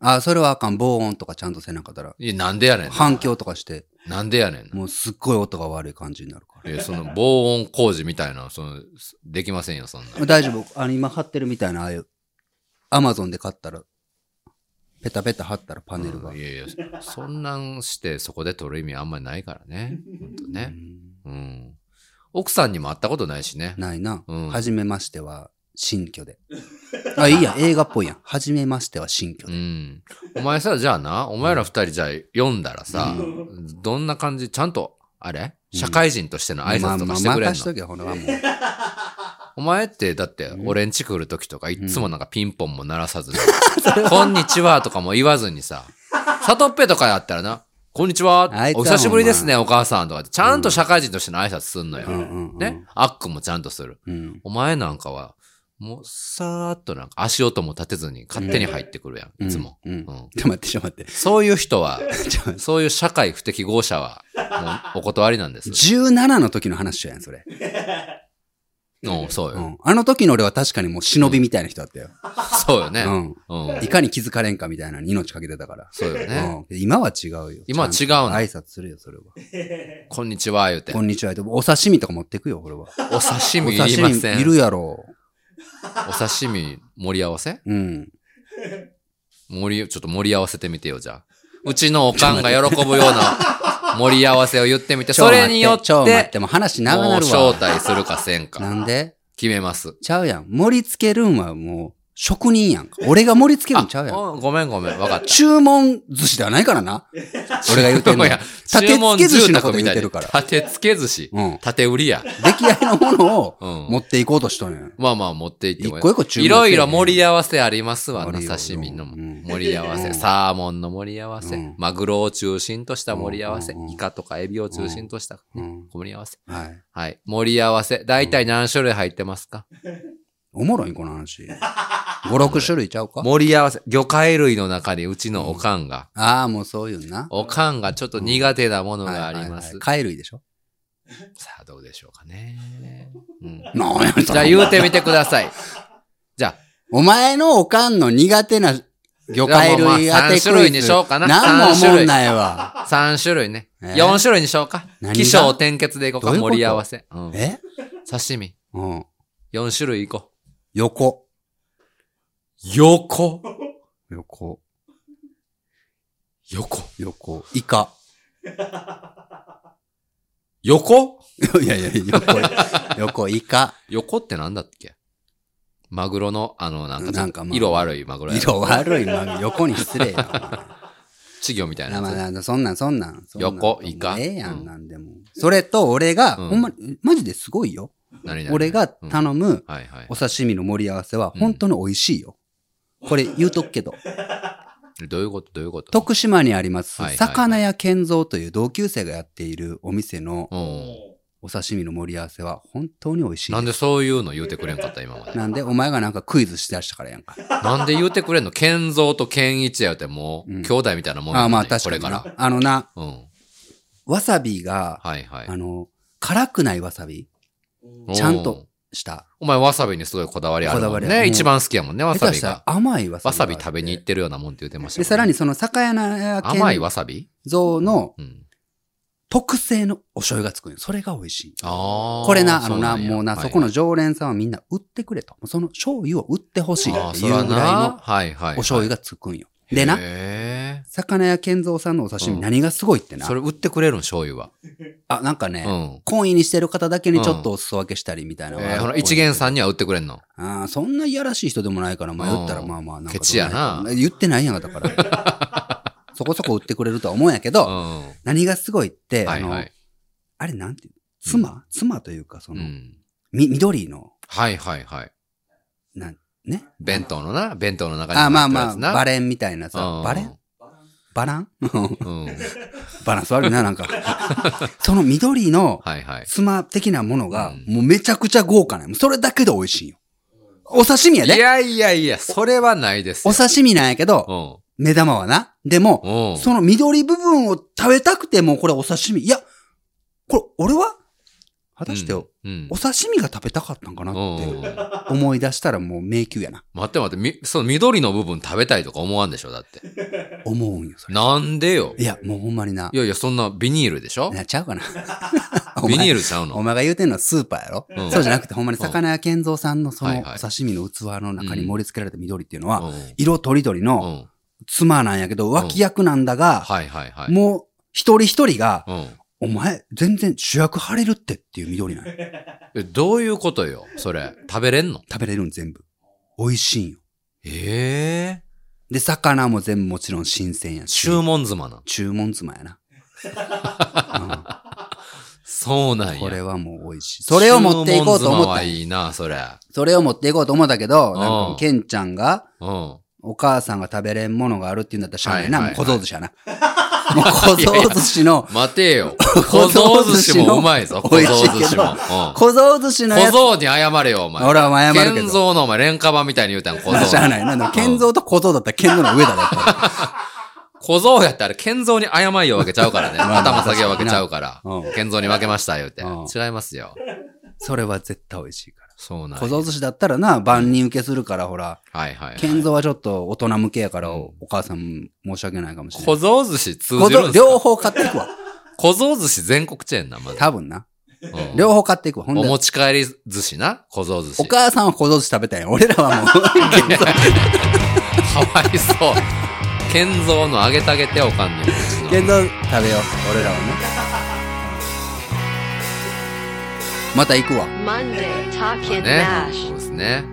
S1: あ、それはあかん。防音とかちゃんとせなかったら。
S2: いや、なんでやねんな。
S1: 反響とかして、
S2: なんでやねんな。
S1: もうすっごい音が悪い感じになるか
S2: いや、その防音工事みたいな、その、できませんよ、そんな。
S1: ら。大丈夫。あの、今貼ってるみたいな、ああいう、アマゾンで買ったら、ペタペタ貼ったらパネルが。
S2: う
S1: うんん
S2: いやいや、そんなんしてそこで取る意味あんまりないから ね。ほんとね。うん。奥さんにも会ったことないしね。
S1: ないな。
S2: うん
S1: はじめましては、新居で。あ、いいやん。映画っぽいやん。はじめましては新居
S2: う
S1: で。
S2: ん。お前さ、じゃあな、お前ら二人じゃあ読んだらさ、どんな感じ、ちゃんと、あれ
S1: うん
S2: 社会人としての挨
S1: まあ
S2: 拶と
S1: ま
S2: か
S1: あ、
S2: してくれん
S1: 任
S2: の
S1: し、とけ、ほん はもう。
S2: お前って、だって
S1: う、ん
S2: 俺ん家来る時とか、いっつもなんかピンポンも鳴らさずに、 こんにちはとかも言わずにさ、サトッペとかやったらな、こんにちは
S1: あい、つは
S2: お久しぶりですね、お母さんとかって、ちゃんと社会人としての挨拶すんのよ。
S1: うんうんうん
S2: ねアックもちゃんとする。
S1: うん。
S2: お前なんかは、もう、さーっとなんか足音も立てずに勝手に入ってくるやん、いつも。
S1: うん。うんち
S2: う
S1: ょ
S2: ん
S1: っと待って、ちょっと待って。
S2: そういう人は、
S1: ちょっと待って
S2: そういう社会不適合者は、もうお断りなん です。
S1: 17の時の話やん、それ。
S2: うん、そう
S1: う
S2: よ。
S1: ん。あの時の俺は確かにもう忍びみたいな人だったよ。
S2: そうよね。
S1: う。
S2: うんん。
S1: いかに気づかれんかみたいなのに命かけてたから。
S2: そうよね。
S1: うん、今は違うよ。
S2: 今は違うの
S1: ちゃんと挨拶するよ、それは。
S2: こんにちは、言うて
S1: こ。んにちは。でもお刺身とか持ってくよ、これは。
S2: お刺
S1: お
S2: 身いりませ
S1: い
S2: ん。
S1: るやろ。
S2: お刺身盛り合わせ
S1: うん。
S2: 盛り、ちょっと盛り合わせてみてよ、じゃあ。うちのおかんが喜ぶよ うな盛り合わせを言ってみて、それによっ、
S1: ちょ待ってて、もう話長
S2: も
S1: な
S2: う
S1: る
S2: 招
S1: わ。
S2: 待するかせん
S1: な
S2: か。
S1: んで
S2: 決めます。
S1: ちゃうやん。盛り付けるんはもう職人やんか。俺が盛り付けるんちゃうやん。
S2: おごめんごめん、わかった。
S1: 注文寿司ではないからな。俺が言うてんの。
S2: いや
S1: 立て
S2: 注
S1: 付
S2: 文
S1: け寿司のこ
S2: 住宅
S1: と言
S2: みた
S1: う
S2: い
S1: て
S2: に
S1: るから。
S2: 立て付け寿司。
S1: うん
S2: 立て売りや。
S1: 出来合いのものを
S2: うん
S1: 持っていこうとしとんやん。
S2: まあまあ持 っていっても
S1: 一個一個注文
S2: いろいろ盛り合わせありますわ
S1: あ
S2: な、
S1: るよ
S2: 刺身の
S1: うん
S2: 盛り合わ
S1: う
S2: せ、
S1: ん
S2: サーモンの盛り合わせ、
S1: うん
S2: マグロを中心とした盛り合わせ、
S1: うんうん
S2: イカとかエビを中心とした
S1: うん
S2: 盛り合わせ。
S1: はい。
S2: はい。盛り合わせ。だいたい何種類入ってますか
S1: おもろいんこの話。5、6種類ちゃうか
S2: 盛り合わせ。魚介類の中にうちのおかんが、
S1: ああ、もうそういうんな。
S2: おかんがちょっと苦手なもの
S1: はい
S2: があ
S1: はいはい
S2: ります。
S1: 貝類でしょ
S2: さあ、どうでしょうかね。 うん
S1: なんやそれ
S2: じゃあ言うてみてください。じゃあ、
S1: お前のおかんの苦手な魚介類
S2: じゃあもうまあ
S1: 当て
S2: 三
S1: クイズ。
S2: 種類にしようかな
S1: なん
S2: 三
S1: も
S2: 種類
S1: 思んないわ。
S2: 3種類ね。
S1: えー
S2: 4種類にしようか
S1: 何。が
S2: 気象転結でいこうか。
S1: どういうこと
S2: 盛り合わせ。うん
S1: え
S2: 刺身。
S1: うん。
S2: 4種類いこう。
S1: 横。
S2: 横。
S1: 横。
S2: 横。
S1: 横。イカ。
S2: 横
S1: いやいや、横、横、イカ。
S2: 横ってなんだっけマグロの、あの、なんか、
S1: なんかまあ
S2: 色悪いマグロやろ。
S1: 色悪いな。横に失 礼や。
S2: 稚魚みたいな
S1: まあ
S2: やつ。
S1: まあまあ、そんなん、そんなん。そんなん
S2: 横イカ
S1: ええや
S2: うん
S1: ん、なんでも。それと、俺が、
S2: うん
S1: ほんま、マジですごいよ。
S2: 何々
S1: 俺が頼む
S2: はいはい
S1: お。刺身の盛り合わせは、
S2: うん
S1: 本当に美味しいよ。これ言うとくけど。
S2: どういうことどういうこと
S1: 徳島にあります
S2: はいはいは、い
S1: 魚屋健三という同級生がやっているお店の
S2: うん。
S1: お刺身の盛り合わせは、本当に美味しい。
S2: なんでそういうの言うてくれんかった今まで。
S1: なんで、お前がなんかクイズして出したからやんか。
S2: なんで言うてくれんの健三と健一やよってもう、
S1: うん
S2: 兄弟みたいなもんや
S1: ああ、
S2: もんね
S1: まあ確
S2: こ
S1: か
S2: れ
S1: に
S2: か
S1: な
S2: ら。
S1: あのな、
S2: うん。
S1: わさびが、
S2: はいはい
S1: あ。の、辛くないわさび
S2: おー
S1: ちゃんと。した。
S2: お前わさびにすごいこだわりあるも
S1: こ
S2: ん
S1: だわりあ
S2: ね。
S1: る
S2: 一番好きやもんね、わ
S1: 下
S2: さ
S1: 手
S2: び
S1: したら
S2: が。
S1: 甘いわさ
S2: わ
S1: びが
S2: さ
S1: あって。
S2: び食べに行ってるようなもんって言ってましたもん
S1: で、
S2: ね
S1: さらにその魚屋県
S2: 甘いわさび
S1: 像の
S2: うん。
S1: 特製のお醤油がつくんよ。それが美味しい。
S2: ああ。
S1: これな、あのな、
S2: そや
S1: もうな、
S2: はい
S1: そこの常連さんはみんな売ってくれと。その醤油を売ってほしいっ
S2: あー
S1: て
S2: そ
S1: いう
S2: ら
S1: ぐらい
S2: な
S1: の
S2: はいはい。
S1: お醤油がつくんよ。でな、
S2: へ
S1: 魚屋健三さんのお刺
S2: う
S1: 身
S2: ん
S1: 何がすごいって
S2: ー
S1: な
S2: そ。れ売ってくれるん、醤油は。
S1: あ、なんかね、
S2: うん。
S1: 懇意にしてる方だけにちょっとお裾分けしたりみたい
S2: え
S1: なのがあ
S2: ー
S1: る
S2: そ
S1: っぽ
S2: の
S1: い
S2: 一元さんには売ってくれんの。
S1: ああ、そんないやらしい人でもないから、まあ言ったらまあまあなんかどう
S2: ケチやな
S1: 言ってないやんか、だから。 そこそこ売ってくれるとは思うんやけ
S2: う
S1: ど、
S2: ん。
S1: 何がすごいって、
S2: はい
S1: あ
S2: は
S1: の
S2: い。、
S1: あれなんていう妻、妻というか、そうの、
S2: ん。
S1: み、緑の、
S2: はいはいはい。
S1: なん、ね。
S2: 弁当のな、弁当の中に
S1: ああ、まあま
S2: 入
S1: あ、
S2: ってるやつな
S1: バレンみたいな
S2: う
S1: さ
S2: ん、
S1: バレンバラン
S2: うん。
S1: バランス悪いな、なん か。その緑の
S2: はいはい。
S1: 妻的なものが、
S2: うん
S1: もうめちゃくちゃ豪華なのそれだけで美味しいよ。お刺身や
S2: い
S1: で。
S2: やいやいや、それはないです
S1: お
S2: よ。
S1: 刺身なんやけど、目玉はな。でも、
S2: うん。うん。
S1: その緑部分を食べたくても、これお刺身。いや、これ、俺は果たして、お
S2: うん。うん
S1: 刺身が食べたかったんかなっ
S2: うん
S1: て思い出したらもう迷宮やな。
S2: 待って待って、み、その緑の部分食べたいとか思わんでしょだって。
S1: 思うんよ、それ。
S2: なんでよ。
S1: いや、もうほんまにな。
S2: いやいや、そんなビニールでしょ
S1: なっちゃうか な。
S2: ビニー
S1: ル
S2: ルちゃう
S1: お
S2: の。
S1: 前が言うてんのはスーパーやろ、
S2: うん
S1: そうじゃなくて、ほんまに魚屋健三さんのそ
S2: は
S1: の
S2: い
S1: お
S2: はい
S1: 刺身の器の中に盛り付けられた緑っていうの
S2: う
S1: は、
S2: ん
S1: 色とりどり
S2: う
S1: の
S2: ん。
S1: 妻なんやけど、脇役なんだが、
S2: はいはいはい。
S1: もう一人一人が、
S2: うん。
S1: お前、全然主役張れるってっていう緑なんや。
S2: えどういうことよそれ。食べれんの
S1: 食べれるん全部。美味しいんよ。
S2: ええ
S1: で、魚も全部もちろん新鮮やし。
S2: 注文妻なん。
S1: 注文妻や な。うん
S2: そうなん
S1: これ
S2: や。
S1: はもう美味しい。それを持っていこうと
S2: 注文
S1: 思
S2: 妻
S1: っ
S2: は
S1: た。
S2: いいな、それ。
S1: それを持っていこうと思ったけど、
S2: うん
S1: なんか、ケンちゃんが、
S2: うん。
S1: お母さんが食べれんものがあるって言うんだったらしゃあないな。
S2: はい
S1: も
S2: は
S1: う
S2: い
S1: 小僧寿司やな。もう小僧寿司の、
S2: 待て よ。小僧寿司もうまいぞ、小
S1: 美味しいけ
S2: 僧
S1: ど
S2: 寿司も。うん
S1: 小僧寿司のや
S2: 小
S1: つ。
S2: 僧に謝れよ、お前。
S1: 俺は謝るけ
S2: 健
S1: ど。
S2: 三のお前、廉価版みたいに言うたん、小
S1: まあしゃあ
S2: 僧。
S1: ないな。でも健三と小僧だったら健三の上だね。
S2: 小僧やったら、健三に謝いよ分けちゃうから ね。
S1: まあまあ
S2: 頭下げよ分けちゃうから
S1: う。ん
S2: 健三に分けました、言うて。
S1: うん
S2: 違いますよ。
S1: それは絶対美味しいから。
S2: そうなんや。
S1: 小僧寿司だったらな、万人受けするから、ほら。
S2: はいはいはい。
S1: 健三はちょっと大人向けやから、お母さん申し訳ないかもしれな
S2: 小
S1: い。
S2: 僧寿司通
S1: 小
S2: じる
S1: 僧、
S2: んすか
S1: 両方買っていくわ。
S2: 小僧寿司全国チェーンな、まだ。
S1: 多分な。
S2: うん
S1: 両方買っていくわ。ほん
S2: お
S1: で、
S2: 持ち帰り寿司な、小僧寿司。
S1: お母さんは小僧寿司食べたいんや俺らはも う、健三
S2: かわいそう。健三のあげてあげて、おかんにも。
S1: けど食べよう俺らはねまた行くわ
S4: Monday, Talking
S2: ね
S4: Mash.。
S2: そうですね。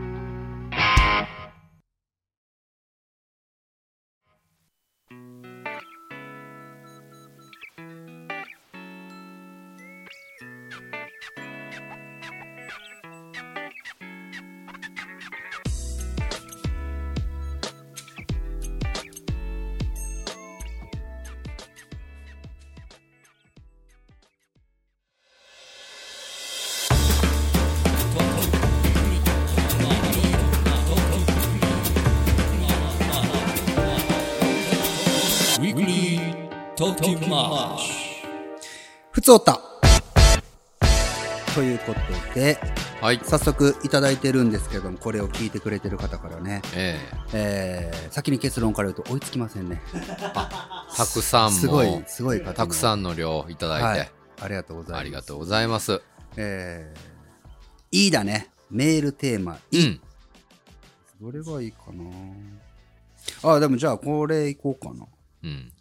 S5: Weekly Talking March.
S1: ふつおたということで
S2: はい。
S1: 早速いただいてるんですけどもこれを聞いてくれてる方からね
S2: ええ
S1: えー、先に結論から言うと追いつきませんね
S2: たくさんも。
S1: すごいすごい方も
S2: たくさんの量いただいて、
S1: はいありがとうございます
S2: ありがとうございます。
S1: えー、いいだねメールテーマ
S2: うん。
S1: どれがいいかなあでもじゃあこれいこうかな
S2: うん。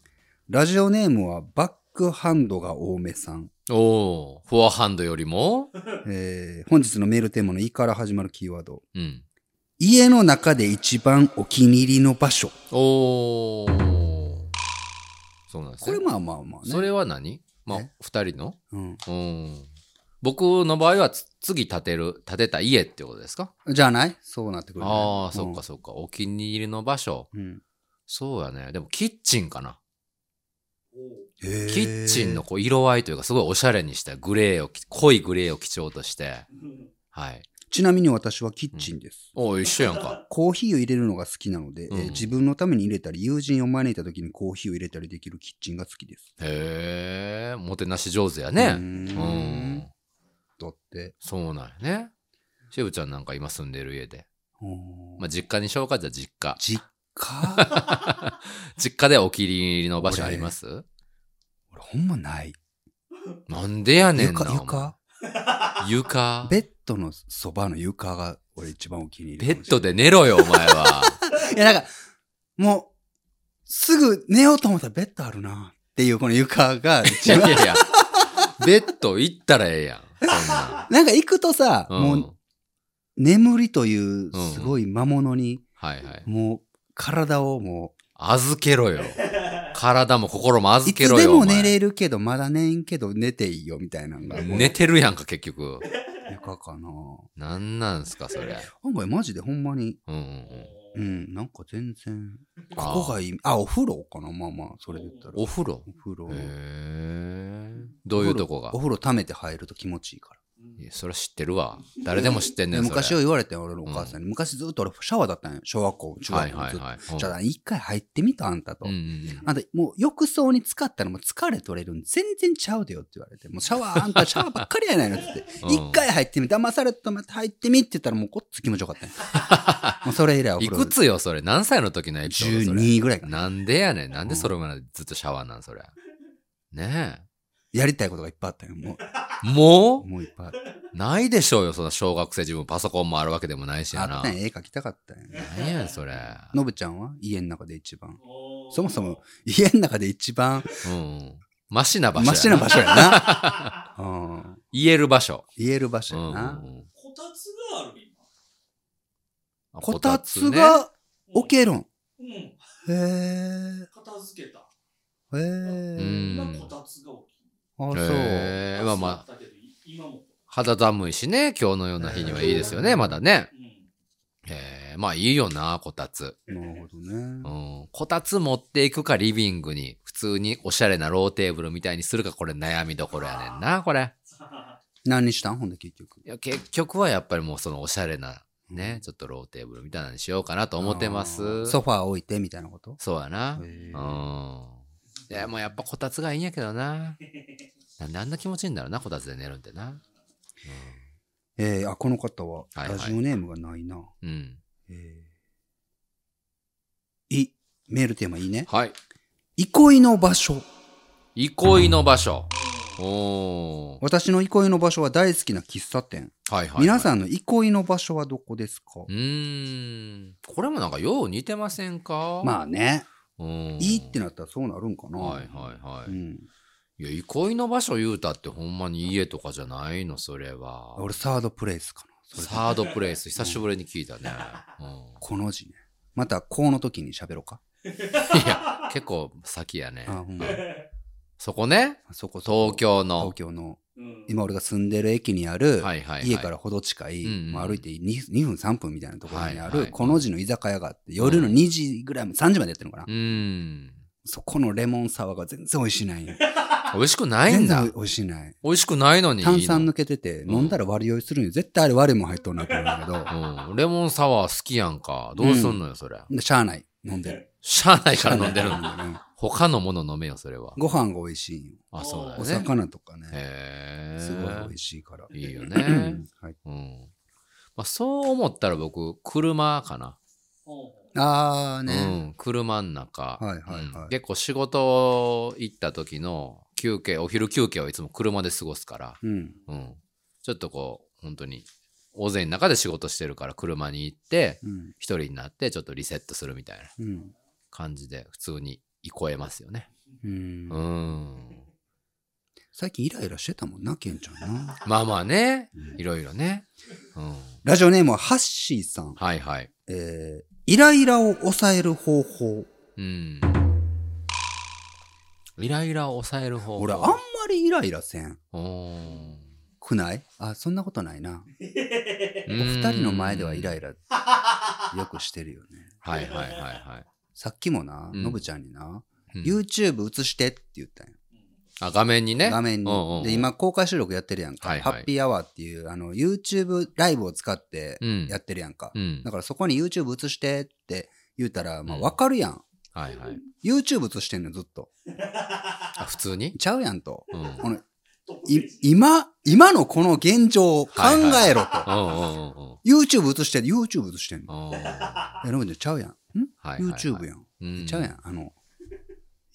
S1: ラジオネームはバックハンドが多めさん。
S2: おー、フォアハンドよりも
S1: えー本日のメールテーマの「い」から始まるキーワード。
S2: うん。
S1: 家の中で一番お気に入りの場所。
S2: おー。そうなんです
S1: こ
S2: ね。
S1: れまあまあまあね。
S2: それは何まあ
S1: え、
S2: 二人の
S1: うん、
S2: うん。僕の場合はつ、次建てる、建てた家ってことですか
S1: じゃないそうなってくるね、
S2: ああ、
S1: ん
S2: そっか。そっか。お気に入りの場所。
S1: うん
S2: そうやね。でも、キッチンかな。
S3: お
S1: へー
S2: キッチンのこう色合いというか、すごいおしゃれにしたグレーを、濃いグレーを基調として。
S3: ー
S2: はい。
S1: ちなみに私はキッチンです。
S2: おー一緒やんか。
S1: コーヒーを入れるのが好きなので、
S2: うん
S1: えー自分のために入れたり、友人を招いた時にコーヒーを入れたりできるキッチンが好きです。
S2: へえ、もてなし上手や
S1: うー
S2: ね。うんん。。
S1: だって。
S2: そうなんやね。しぶちゃんなんか今住んでる家で。
S1: うん
S2: まあ、実家にしようか、じゃあ実家。
S1: 実家
S2: 実家でお気に入りの場所あります
S1: 俺ほんまない。
S2: なんでやねんな。
S1: 床、床
S2: お前床。
S1: ベッドのそばの床が俺一番お気に入り
S2: ベ
S1: かも
S2: ッ
S1: しれ
S2: ドで寝ろよ、お前 は。
S1: ない。いや、なんか、もう、すぐ寝ようと思ったらベッドあるなっていうこの床が
S2: い
S1: 一
S2: や
S1: 番
S2: いやいや。ベッド行ったらええやん。そんなん
S1: なんか行くとさ、
S2: うん
S1: もう眠りというすごい魔物に、
S2: はいはい。
S1: もう体をも
S2: 預けろよ。体も心も
S1: う、い
S2: 預け
S1: つ
S2: ろよ。
S1: でも
S2: お前
S1: 寝れるけど、まだ寝んけど寝ていいよみたいなのが、もう
S2: 寝てるやんか、結局。
S1: 床かな。
S2: なんなんすか、それ。
S1: 案外マジでほんまに、
S2: うんうんうん。
S1: うん、なんか全然、ここがいい。あ、お風呂かなまあまあ、それで言ったら。
S2: お風呂
S1: お風呂
S2: へ。え。どういうとこが
S1: お風呂溜めて入ると気持ちいいから。
S2: いやそれは知ってるわ。誰でも知ってん
S1: で
S2: ねん、それ。
S1: 昔を言われてん俺のお母さんに、昔ずっと俺シャワーだったんよ小学校中
S2: はい
S1: 学校
S2: はい
S1: ずっと
S2: はい。
S1: じゃあ一回入ってみたあんたと、
S2: うんうんうん
S1: あんたもう浴槽に使ったらもう疲れ取れるん全然ちゃうでよって言われてもうシャワーあん たシャワーばっかりやないのっつって
S2: うん
S1: 一回入ってみ騙されたまた入ってみって言ったらもうこっつ気持ちよかったんよもうそれ以来お
S2: い
S1: 風呂
S2: くつよ、それ。何歳の時のエピソードそれ。
S1: 12ぐらいかな
S2: なんでやねん。なんでそれまでずっとシャワーなん、それ。ね
S1: やりたいことがいっぱいあったんよも
S2: え。も
S1: うもういっぱいあった
S2: うないでしょうよ、そんな小学生自分。パソコンもあるわけでもないしや
S1: あ
S2: な
S1: った。んや絵描きたかったんや
S2: 何やねん、それ。
S1: のぶちゃんは家の中で一番
S3: おー
S1: そもそも家の中で一番
S2: うんうん。マシな場所や。
S1: マシな場所やな、うん、
S2: 言える場所。
S1: 言える場所
S2: う
S1: や
S2: んうん
S1: な、
S2: うん
S3: こたつがある今。
S2: あ
S1: こたつ
S2: ね
S1: が置けるん。
S3: うん。
S1: へえ。
S3: 片付けた。
S1: へ
S2: う
S1: え。
S2: ん
S3: 今こたつが大きい。
S1: あ、そう。
S2: へえまあまあ、
S3: 暑かったけどい今も。
S2: 肌寒いしね、今日のような日にはいいですよね、まだね。
S3: うん。
S2: ええまあいいよな、こたつ。
S1: なるほど
S2: う
S1: ね。
S2: ん。こたつ持っていくか、リビングに。普通におしゃれなローテーブルみたいにするか、これ悩みどころやねんな、これ。
S1: 何したんほんで結局。
S2: いや、結局はやっぱりもうそのおしゃれな、ね、ちょっとローテーブルみたいなのにしようかなと思ってま
S1: あー
S2: す。
S1: ソファー置いてみたいなこと
S2: そうやな。
S1: へえ
S2: うん。でもうやっぱこたつがいいんやけどな。なんであんな気持ちいいんだろうな、こたつで寝るんてな。
S1: えー、あ、この方は、
S2: はいはい
S1: ラジオネームがないな。
S2: うん。うん、
S1: えー、い、メールテーマいいね。
S2: はい。
S1: 憩いの場所。
S2: 憩いの場所。おー。
S1: 私の憩いの場所は大好きな喫茶店。
S2: はいはい、はい。
S1: 皆
S2: ん。
S1: さんの憩いの場所はどこですか
S2: うーん。これもなんかよう似てませんか
S1: まあね。
S2: うん。
S1: いいってなったらそうなるんかな。
S2: はいはいはい。
S1: うん。
S2: いや、憩いの場所言うたってほんまに家とかじゃないの、それは。
S1: 俺、サードプレイスかな。それで
S2: サードプレイス、久しぶりに聞いたね。う
S1: この字ね。また、この時に喋ろうか。
S2: ん、いや、結構先やね
S1: あ、。ほんま。
S2: そこね、
S1: あそこそこ
S2: 東京の
S1: 東。京の、
S3: うん。
S1: 今俺が住んでる駅にある、
S2: はいはいはい。
S1: 家からほど近い、
S2: うんうん
S1: まあ、歩いて 2, 2分3分みたいなところにあ
S2: はいは
S1: る、
S2: い
S1: この字の居酒屋があって、夜の2時ぐらいも3時までやってるのかな
S2: う。ん。
S1: そこのレモンサワーが全然美味しない。
S2: 美味しくないん
S1: 全
S2: だ
S1: 然。美味しない。
S2: 美味しくないのにいいの
S1: 炭酸抜けてて、飲んだら割り酔いするんよ。絶対あれ割りも入っとるなと思うんだけど、
S2: うん。レモンサワー好きやんか。どうすんのよ、それ。
S1: でしゃあない。飲んでる。
S2: しゃあないから飲んでる
S1: しゃ
S2: の
S1: あ
S2: に。
S1: ないうん
S2: 他のもの飲めよ、それは。
S1: ご飯が美味しいんよ。
S2: あ、そうだ
S1: お
S2: よね。
S1: 魚とかね、
S2: へえ。
S1: すごい美味しいから。
S2: いいよ
S1: う
S2: ね
S1: ん。はい
S2: うん。まあ、そう思ったら僕、車かな。
S3: おう
S1: あーね。
S2: うん、車ん中、
S1: はいはいはい
S2: うん結構仕事行った時の休憩お昼休憩をいつも車で過ごすから、
S1: うん。
S2: うん、ちょっとこう本当に大勢の中で仕事してるから車に行って
S1: うん。
S2: 一人になってちょっとリセットするみたいな
S1: うん。
S2: 感じで普通に行こえますよね。
S3: う
S1: うん
S2: う。ん。
S1: 最近イライラしてたもんな、ケンちゃんな。
S2: まあまあね。いろいろね。うん。
S1: ラジオネームはハッシーさん。
S2: はいはい。
S1: えー、イライラを抑える方法。
S2: うん。イライラを抑える方法。
S1: 俺、あんまりイライラせん
S2: お
S1: くないあ、そんなことないな。
S2: 二
S1: 二人の前ではイラ
S2: イ
S1: イラよくしてるよね。
S2: ラ。はいはいはいはい。
S1: さっきもな、
S2: うん
S1: のぶちゃんにな、
S2: うん
S1: YouTube 映してって言ったんよ。
S2: あ、画面にね。
S1: 画面
S2: うんうんう
S1: に。
S2: ん
S1: で、今公開収録やってるやんか。
S2: はいはい
S1: ハッピーアワーっていう、あの、YouTube ライブを使って
S2: うん。
S1: やってるやんか。
S2: うん
S1: だ。からそこに YouTube 映してって言うたら、まあ
S2: うん
S1: わかるやん。
S2: はいはい。
S1: YouTube 映してんのずっと。
S2: あ、普通に
S1: ちゃうやんと。
S2: うん。うん
S1: この、
S3: トップ
S1: い
S3: ページ、
S1: 今、今のこの現状を考えろと。
S2: うんうんうん。
S1: YouTube 映してる、YouTube 映してんの。
S2: おーはい
S1: や、のぶちゃんちゃうやん。ん
S2: はいはい
S1: ?YouTube やん。
S2: うん。
S1: ちゃうやん。あの、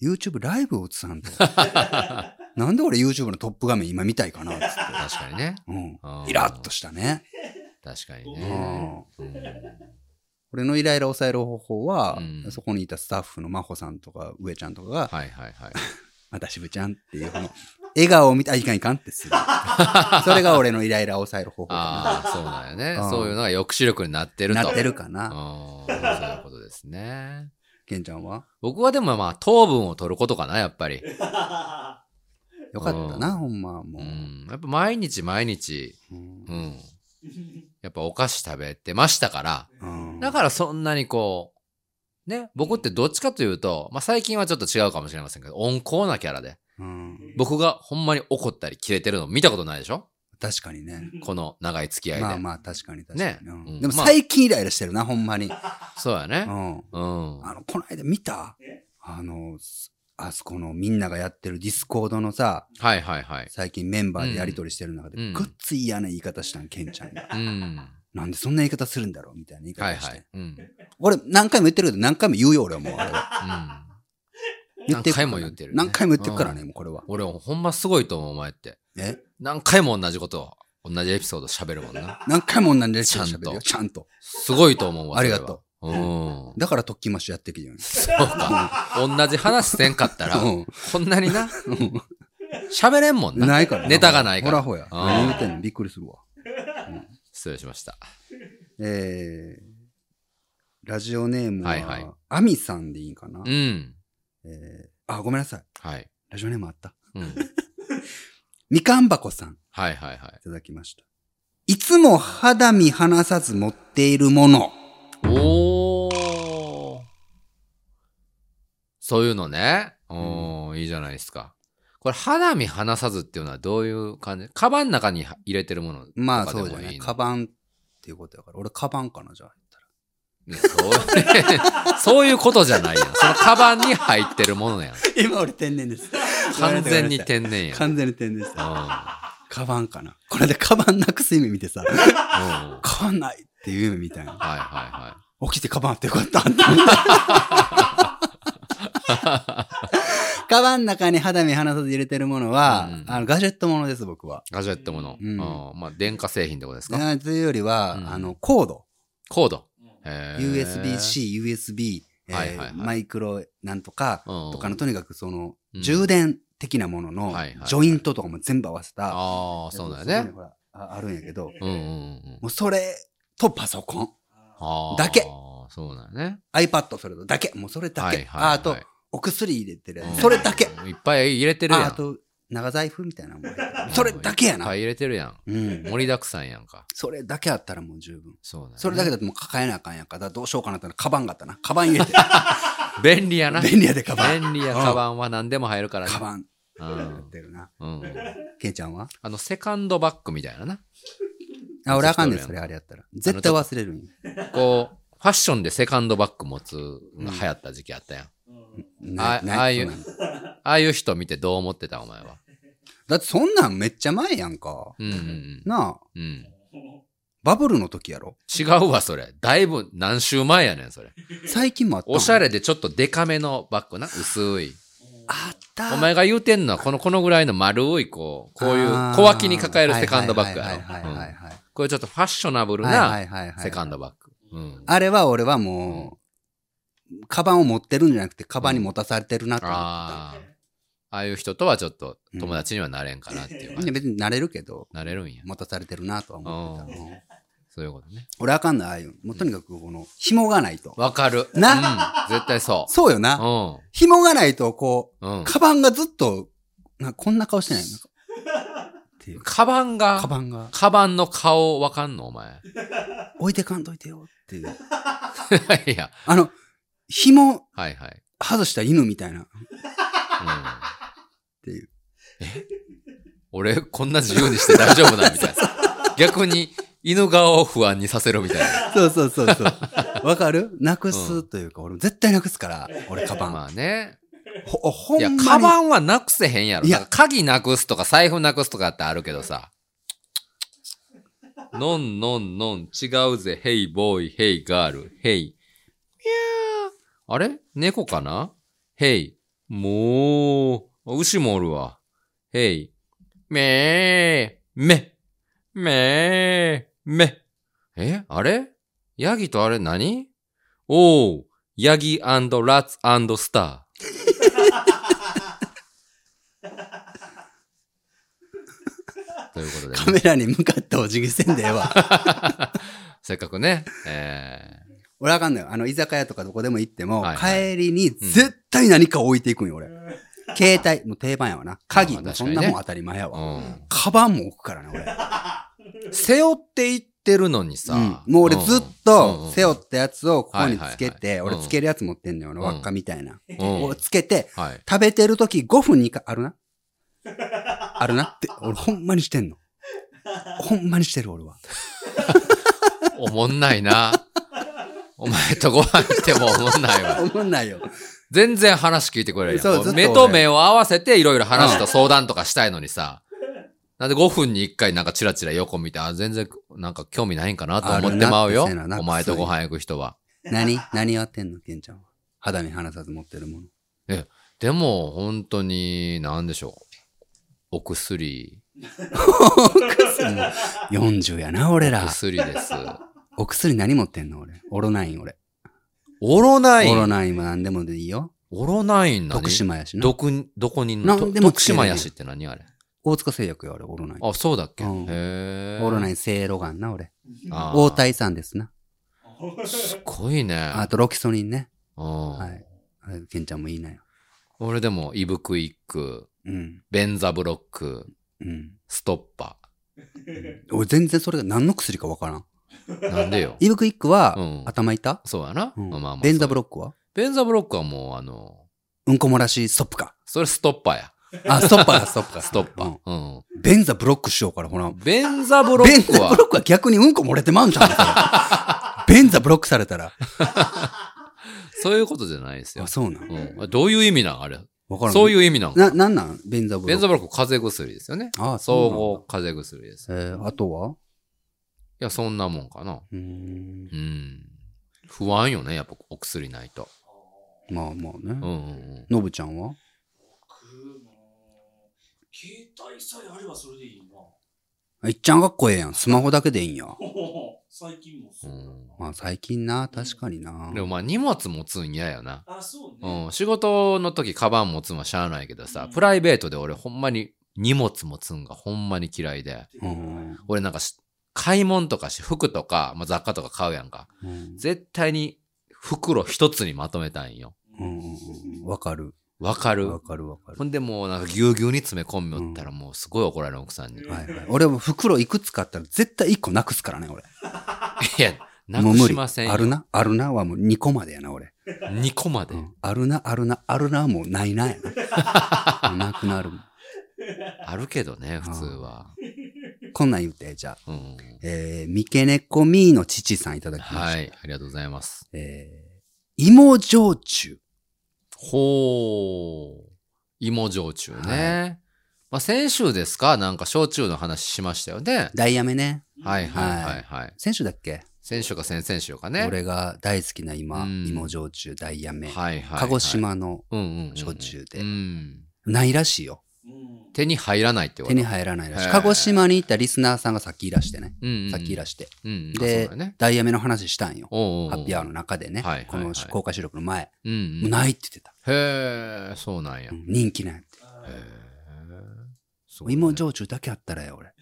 S1: YouTube ライブを映さんと。 なんで俺 YouTube のトップ画面今見たいかなっつって。
S2: 確かにね。
S1: うん
S2: あ。ー
S1: イラッとしたね。
S2: 確かに
S1: う
S2: ね。
S1: ん。
S2: うん
S1: 俺のイライラを抑える方法は、
S2: うん
S1: そこにいたスタッフの真帆さんとか上ちゃんとかが、
S2: はいはいはい。
S1: またしぶちゃんっていうこの、笑顔を見て、あ、いかんいかんってする。それが俺のイライラを抑える方法か
S2: ああ、そうなんや
S1: う
S2: ね。
S1: ん
S2: そういうのが抑止力になってる
S1: な。
S2: と。
S1: なってるか
S2: うん。
S1: な。
S2: そういうことですね。
S1: ケンちゃんは
S2: 僕はでもまあ糖分を取ることかな、やっぱり。
S1: よかった
S2: う
S1: な、ほんま、も
S2: う
S1: う。
S2: ん。やっぱ毎日毎日、
S1: うん
S2: うん。やっぱお菓子食べてましたから。
S1: うん
S2: だからそんなにこう、ね、僕ってどっちかというと、まあ最近はちょっと違うかもしれませんけど、温厚なキャラで。
S1: うん
S2: 僕がほんまに怒ったりキレてるの見たことないでしょ
S1: 確かにね。
S2: この長い付き合いで。
S1: まあまあ、確かに確かに。
S2: ね
S1: うん
S2: うん
S1: でも
S2: まあ
S1: 最近イライラしてるな、ほんまに。うん。
S2: そうやね。
S1: あ
S2: うん。
S1: の、この間見た
S3: え
S1: あの、すあそこのみんながやってるディスコードのさ、
S2: はいはいはい。
S1: 最近メンバーでやりとりしてる中で、
S2: うん
S1: ごっつい嫌な言い方したん、ケンちゃんが。
S2: うん。
S1: なんでそんな言い方するんだろうみたいな言い
S2: はい
S1: 方して。
S2: はい。うん。
S1: 俺、何回も言ってるけど、何回も言うよ、俺はもう、あれは。
S2: うん。
S1: 言ってくから
S2: 何回も言ってるね
S1: 何回も言ってくからね、もうこれは。
S2: 俺ほんますごいと思う、お前って。
S1: え
S2: 何回も同じことを、同じエピソード喋るもんな。
S1: 何回も同じレシピ
S2: ちゃん
S1: 喋
S2: と
S1: るよ、ちゃんと。
S2: すごいと思うわ。
S1: ありがと
S2: う。うん。
S1: だから、特訓マッシュやってきてるよね。
S2: そうか。同じ話せんかったら、
S1: うん
S2: こんなにな、喋れんもんな。
S1: ないから。
S2: ネタがないから
S1: ほらほや。
S2: あー
S1: 何言うてんのびっくりするわ。
S2: 失礼しました。
S1: えー、ラジオネーム
S2: はいはい
S1: は、アミさんでいいんかな
S2: う。ん。
S1: えーあ、ごめんなさい。
S2: はい。
S1: ラジオネームあった。
S2: うん。
S1: みかん箱さん、
S2: はいはいはい
S1: いただきました。いつも肌身離さず持っているもの。。
S2: おー。そういうのね。おー、いいじゃないですか。これ、肌身離さずっていうのはどういう感じカバンの中に入れてるものとかでもいいの
S1: まあ、そうじゃない。カバンっていうことやから。俺、カバンかな、じゃあ。
S2: いやそう そういうことじゃないやん。そのカバンに入ってるものやん。
S1: 今俺天然です。
S2: 完全に天然やん。
S1: 完全に天然です。
S2: う
S1: カバンかな。これでカバンなくす夢見てさ、
S2: んうんはい
S1: カバンないっていう夢みたいな。
S2: はいは
S1: 起きてカバンあってよかった。あんたカバンの中に肌身離さず入れてるものは、
S2: うん
S1: あのガジェットものです、僕は。
S2: い。ガジェットもの。
S1: う
S2: うんん。まあ、電化製品ってことですか。
S1: あというよりは、
S2: うん
S1: あの、コード。
S2: コード。
S3: うん
S2: へー。
S1: USB-C、USB、えー
S2: はいはいはい
S1: マイクロなんとか、
S2: と
S1: とかの、とにかくその、
S2: うん
S1: 充電的なもの
S2: はい
S1: の
S2: はいはい、
S1: ジョイントとかも全部合わせた、
S2: ああ、そうだ
S1: そこ
S2: よ
S1: に
S2: ね。
S1: ほらああるんやけど、
S2: うんうんうんうん
S1: もうそれとパソコン、
S2: あー。
S1: だけ
S2: そうだよね。
S1: iPad それとだけ、もうそれだけ。
S2: はいはいはい
S1: ああと、お薬入れてるや
S2: うん
S1: つ、それだけ。。
S2: いっぱい入れてる
S1: あ
S2: や
S1: あ
S2: ん。
S1: と、長財布みたいなもん。それだけや
S2: いっぱ
S1: な。
S2: い入れてるやん。
S1: うん。
S2: 盛りだくさんやんか。
S1: それだけあったらもう十分。
S2: そうだよね
S1: それだけだともう抱えなあかんやんか。だからどうしようかなってな、カバンがあったな。カバン入れて。
S2: 便利やな。
S1: 便利やで、カバン。
S2: 便利や。カバンは何でも入るからね
S1: カ。バン。
S2: うん
S1: 出るな。
S2: うん。
S1: ケンちゃんは
S2: あの、セカンドバッグみたいなな。
S1: あ、俺あかんねん、
S2: そうやん
S1: それあれやったら。絶対忘れるんよ
S2: こう、ファッションでセカンドバッグ持つのが流行った時期あったやん。
S1: な
S2: あ
S1: な
S2: ああいう
S1: そんなん
S2: ああいう人見てどう思ってたお前は。
S1: だってそんなんめっちゃ前やんか。
S2: うんうん
S1: なあ、
S2: うん。うん。
S1: バブルの時やろ。
S2: 違うわ、それ。だいぶ何週前やねん、それ。
S1: 最近もあったん
S2: おしゃ。れでちょっとデカめのバッグな。薄い。
S1: あった。
S2: お前が言うてんのは、この、このぐらいの丸い、こう、こういう
S1: あー
S2: 小脇に抱えるセカンドバッグ
S1: はい
S2: や
S1: はい
S2: ろ
S1: は
S2: う
S1: いはい
S2: ん。
S1: はい
S2: これちょっとファッショナブル
S1: はいはい
S2: な
S1: はいはい。
S2: セカンドバッグ。うん。
S1: あれは俺はもう、カバンを持ってるんじゃなくて、カバンに持たされてるなと思ってた。
S2: ああ。ああいう人とはちょっと友達にはなれんかなっていう感
S1: い
S2: じ
S1: や別に慣れるけど、
S2: なれるんや。
S1: 持たされてるなとは思ってた。うん
S2: そういうことね。
S1: 俺あかんない、ああいうの。もうとにかくこの、紐がないと。
S2: わかる。
S1: な
S2: うん絶対そ
S1: そうよ な。
S2: う。
S1: 紐がないと、こ
S2: うん。う
S1: う、
S2: ん。
S1: カバンがずっと、なこんな顔してないのっていう。
S2: カバンが、
S1: カバンが、
S2: カバンの顔わかんのお前。
S1: 置いてかんといてよっていう。
S2: いや、
S1: あの、紐
S2: はいはい。
S1: 外した犬みたいな。
S2: うん、
S1: っていう。
S2: え俺、こんな自由にして大丈夫なみたいな。逆に、犬顔を不安にさせるみたいな。
S1: そうそうそう そう。わかるなくすというか、俺絶対なくすから、俺カバン。
S2: まあね。
S1: ほ、ほ
S2: い
S1: んま
S2: や、
S1: に。
S2: カバンはなくせへんやろ。
S1: いや
S2: なんか鍵なくすとか財布なくすとかってあるけどさ。のんのんのん、違うぜ。ヘイボーイ、ヘイガール、ヘイ。いやー。あれ猫かなヘイ。もう、牛もおるわ。ヘイ。めー、め、めー、め。えあれヤギとあれ何おー、ヤギラッツスター。 ということでね、
S1: カメラに向かってお辞儀せんでええ わ。
S2: せっかくね、え
S1: 俺あかんのよ。あの、居酒屋とかどこでも行っても、
S2: はいは
S1: 帰りに絶対何か置いていくんよ、俺。携帯、もう定番やわな。鍵、
S2: まあ確か
S1: そ
S2: にね
S1: んなもん当たり前やわ。
S2: ー
S1: カバンも置くからな、俺。
S2: うん、背負っていってるのにさ、
S1: うん、もう俺ずっと背負
S2: っ
S1: ったやつをここにつけ
S2: はい
S1: て、
S2: はいはい
S1: 俺つけるやつ持ってんのよ、俺輪っかみたいな。
S2: て、
S1: をつけて、
S2: はい、
S1: 食べてるとき5分にか、あるなあるなって、俺ほんまにしてんの。ほんまにしてる 俺は。
S2: おもんないな。お前とご飯行ってもおもんないわ。
S1: 思んないよ。
S2: 全然話聞いてくれるやん
S1: そう
S2: こう
S1: ずっと
S2: 目
S1: 俺
S2: と目を合わせていろいろ話と相談とかしたいのにさ。なんで5分に1回なんかチラチラ横見て、あ、全然なんか興味ないんかなと思ってまうよ
S1: あるなってせやな。
S2: お前とご飯行く人は。
S1: 何何やってんの、ケンちゃんは。肌身離さず持ってるもの。
S2: でも、本当に、なんでしょう。お薬。
S1: 40やな、俺
S2: お
S1: ら。
S2: 薬です。
S1: お薬何持ってんの俺。オロナイン俺。
S2: オロナイ
S1: オロ
S2: ン。
S1: ナインも何でもでいいよ。
S2: オロナイン何
S1: 徳島やしな
S2: ど。こに、どこに
S1: な
S2: の
S1: んでも
S2: 徳島やしって何あれ
S1: 大塚製薬や、俺、オロナイン。
S2: あ、そうだっけ、
S1: うん
S2: へえ。
S1: オロナイ
S2: ン。
S1: ン、セイロガンな、俺。
S2: あー
S1: 大体さんですな。
S2: すごいね。
S1: あと、ロキソニンね。
S2: うん
S1: はい。はいケンちゃんもいいなよ。
S2: 俺でも、イブクイック、
S1: うん。
S2: ベンザブロック、
S1: うん。
S2: ストッパ
S1: 俺、全然それが何の薬かわからん。
S2: ー。なんでよ。
S1: イブクイックは、
S2: うん
S1: 頭痛
S2: そうやな。
S1: う
S2: まあまあ
S1: ん。ベンザブロックは
S2: ベンザブロックはもう、あの、
S1: うんこもらしストップか。
S2: それストッパーや。
S1: あ、ストッパーだ、ストップか。
S2: ストッパー。うん。
S1: うんベンザブロックしようから、ほら。
S2: ベンザブロ
S1: ベン
S2: ック
S1: ザ
S2: は
S1: ブロ、ックは逆にうんこ漏れてまうんじゃんそれ。 ベンザブロックされたら。
S2: そういうことじゃないですよ
S1: あ、。そうなん。
S2: うん、どういう意味なんあれ。
S1: わからん。。
S2: そういうう意味なん
S1: な、なんなんベンザブロ
S2: ベ
S1: ッ
S2: ン
S1: ク。
S2: ザブロック風邪薬ですよね。
S1: ああ、
S2: 総
S1: そ
S2: 合風邪薬です。
S1: うなんだ。えー、あとはい
S2: や、そんなもんかな。
S1: うーん
S2: う。ん。不安よね、やっぱお薬ないと。
S1: まあまあ
S2: うん
S1: ね。
S2: うんうん。
S1: ノブちゃんは
S3: 僕も携帯さえあればそれでいいな。
S1: あいっちゃんかっこええやん。スマホだけでいいんや。
S3: 最近もそう。
S2: う
S1: まあ最近な、確かにな。
S2: ん、でもまあ荷物持つん嫌やな。
S3: あ、そうね。
S2: うん、仕事の時カバン持つんはしゃあないけどさ、プライベートで俺ほんまに荷物持つんがほんまに嫌いで。
S1: うん。
S2: 俺なんかし買い物とかし、服とか、まあ、雑貨とか買うやんか。
S1: うん
S2: 絶対に袋一つにまとめたいんよ。
S1: うんうんうんわかる。
S2: わかる
S1: わかるわかる
S2: ほ。んでもうなんかぎゅうぎゅうに詰め込みよったらもうすごい怒られる奥さんに。
S1: はいはい。俺も袋いくつ買ったら絶対1個なくすからね、俺。
S2: いや、な
S1: もう
S2: く
S1: 無
S2: し
S1: 理
S2: ません
S1: ある
S2: よ。
S1: な、あるなはもう2個までやな、俺。
S2: 2個まで。
S1: あるな、あるな、あるなはもうないなや な。なくなるもん。
S2: あるけどね、普通は。
S1: こんなん言うて、じゃあ。
S2: うん。
S1: えー、三毛猫みーの父さんいただきました。
S2: はい、ありがとうございます。
S1: えー、芋焼酎。
S2: ほう。芋焼酎ね。まあ先週ですかなんか焼酎の話しましたよね。
S1: ダイヤメね。
S2: はいはいはいはい。
S1: 先週だっけ、
S2: 先週か先々週かね。
S1: 俺が大好きな今、
S2: うん
S1: 芋焼酎、ダイヤメ。
S2: はいはい。
S1: 鹿児。島の
S2: うんうんうん。
S1: 焼酎で
S2: うん。
S1: ないらしいよ。
S3: うん。
S2: 手に入らないってこと
S1: 手に入らないらし
S2: へ
S1: い。
S2: ー
S1: 鹿児島に行ったリスナーさんがさっきいらしてね。
S2: うんうん。
S1: さっきいらして。
S2: うんうん。
S1: で、
S2: あそうだね。
S1: ダイヤメの話したんよ。
S2: おうおうおう
S1: ハッピーアワーの中でね
S2: はいはいはい。
S1: この公開収録の前。
S2: うんう。
S1: もうんないって言ってた。
S2: へえ、そうなんや。
S1: 人気なんやって。
S2: へすごいね
S1: 芋焼酎だけあったらよ、俺。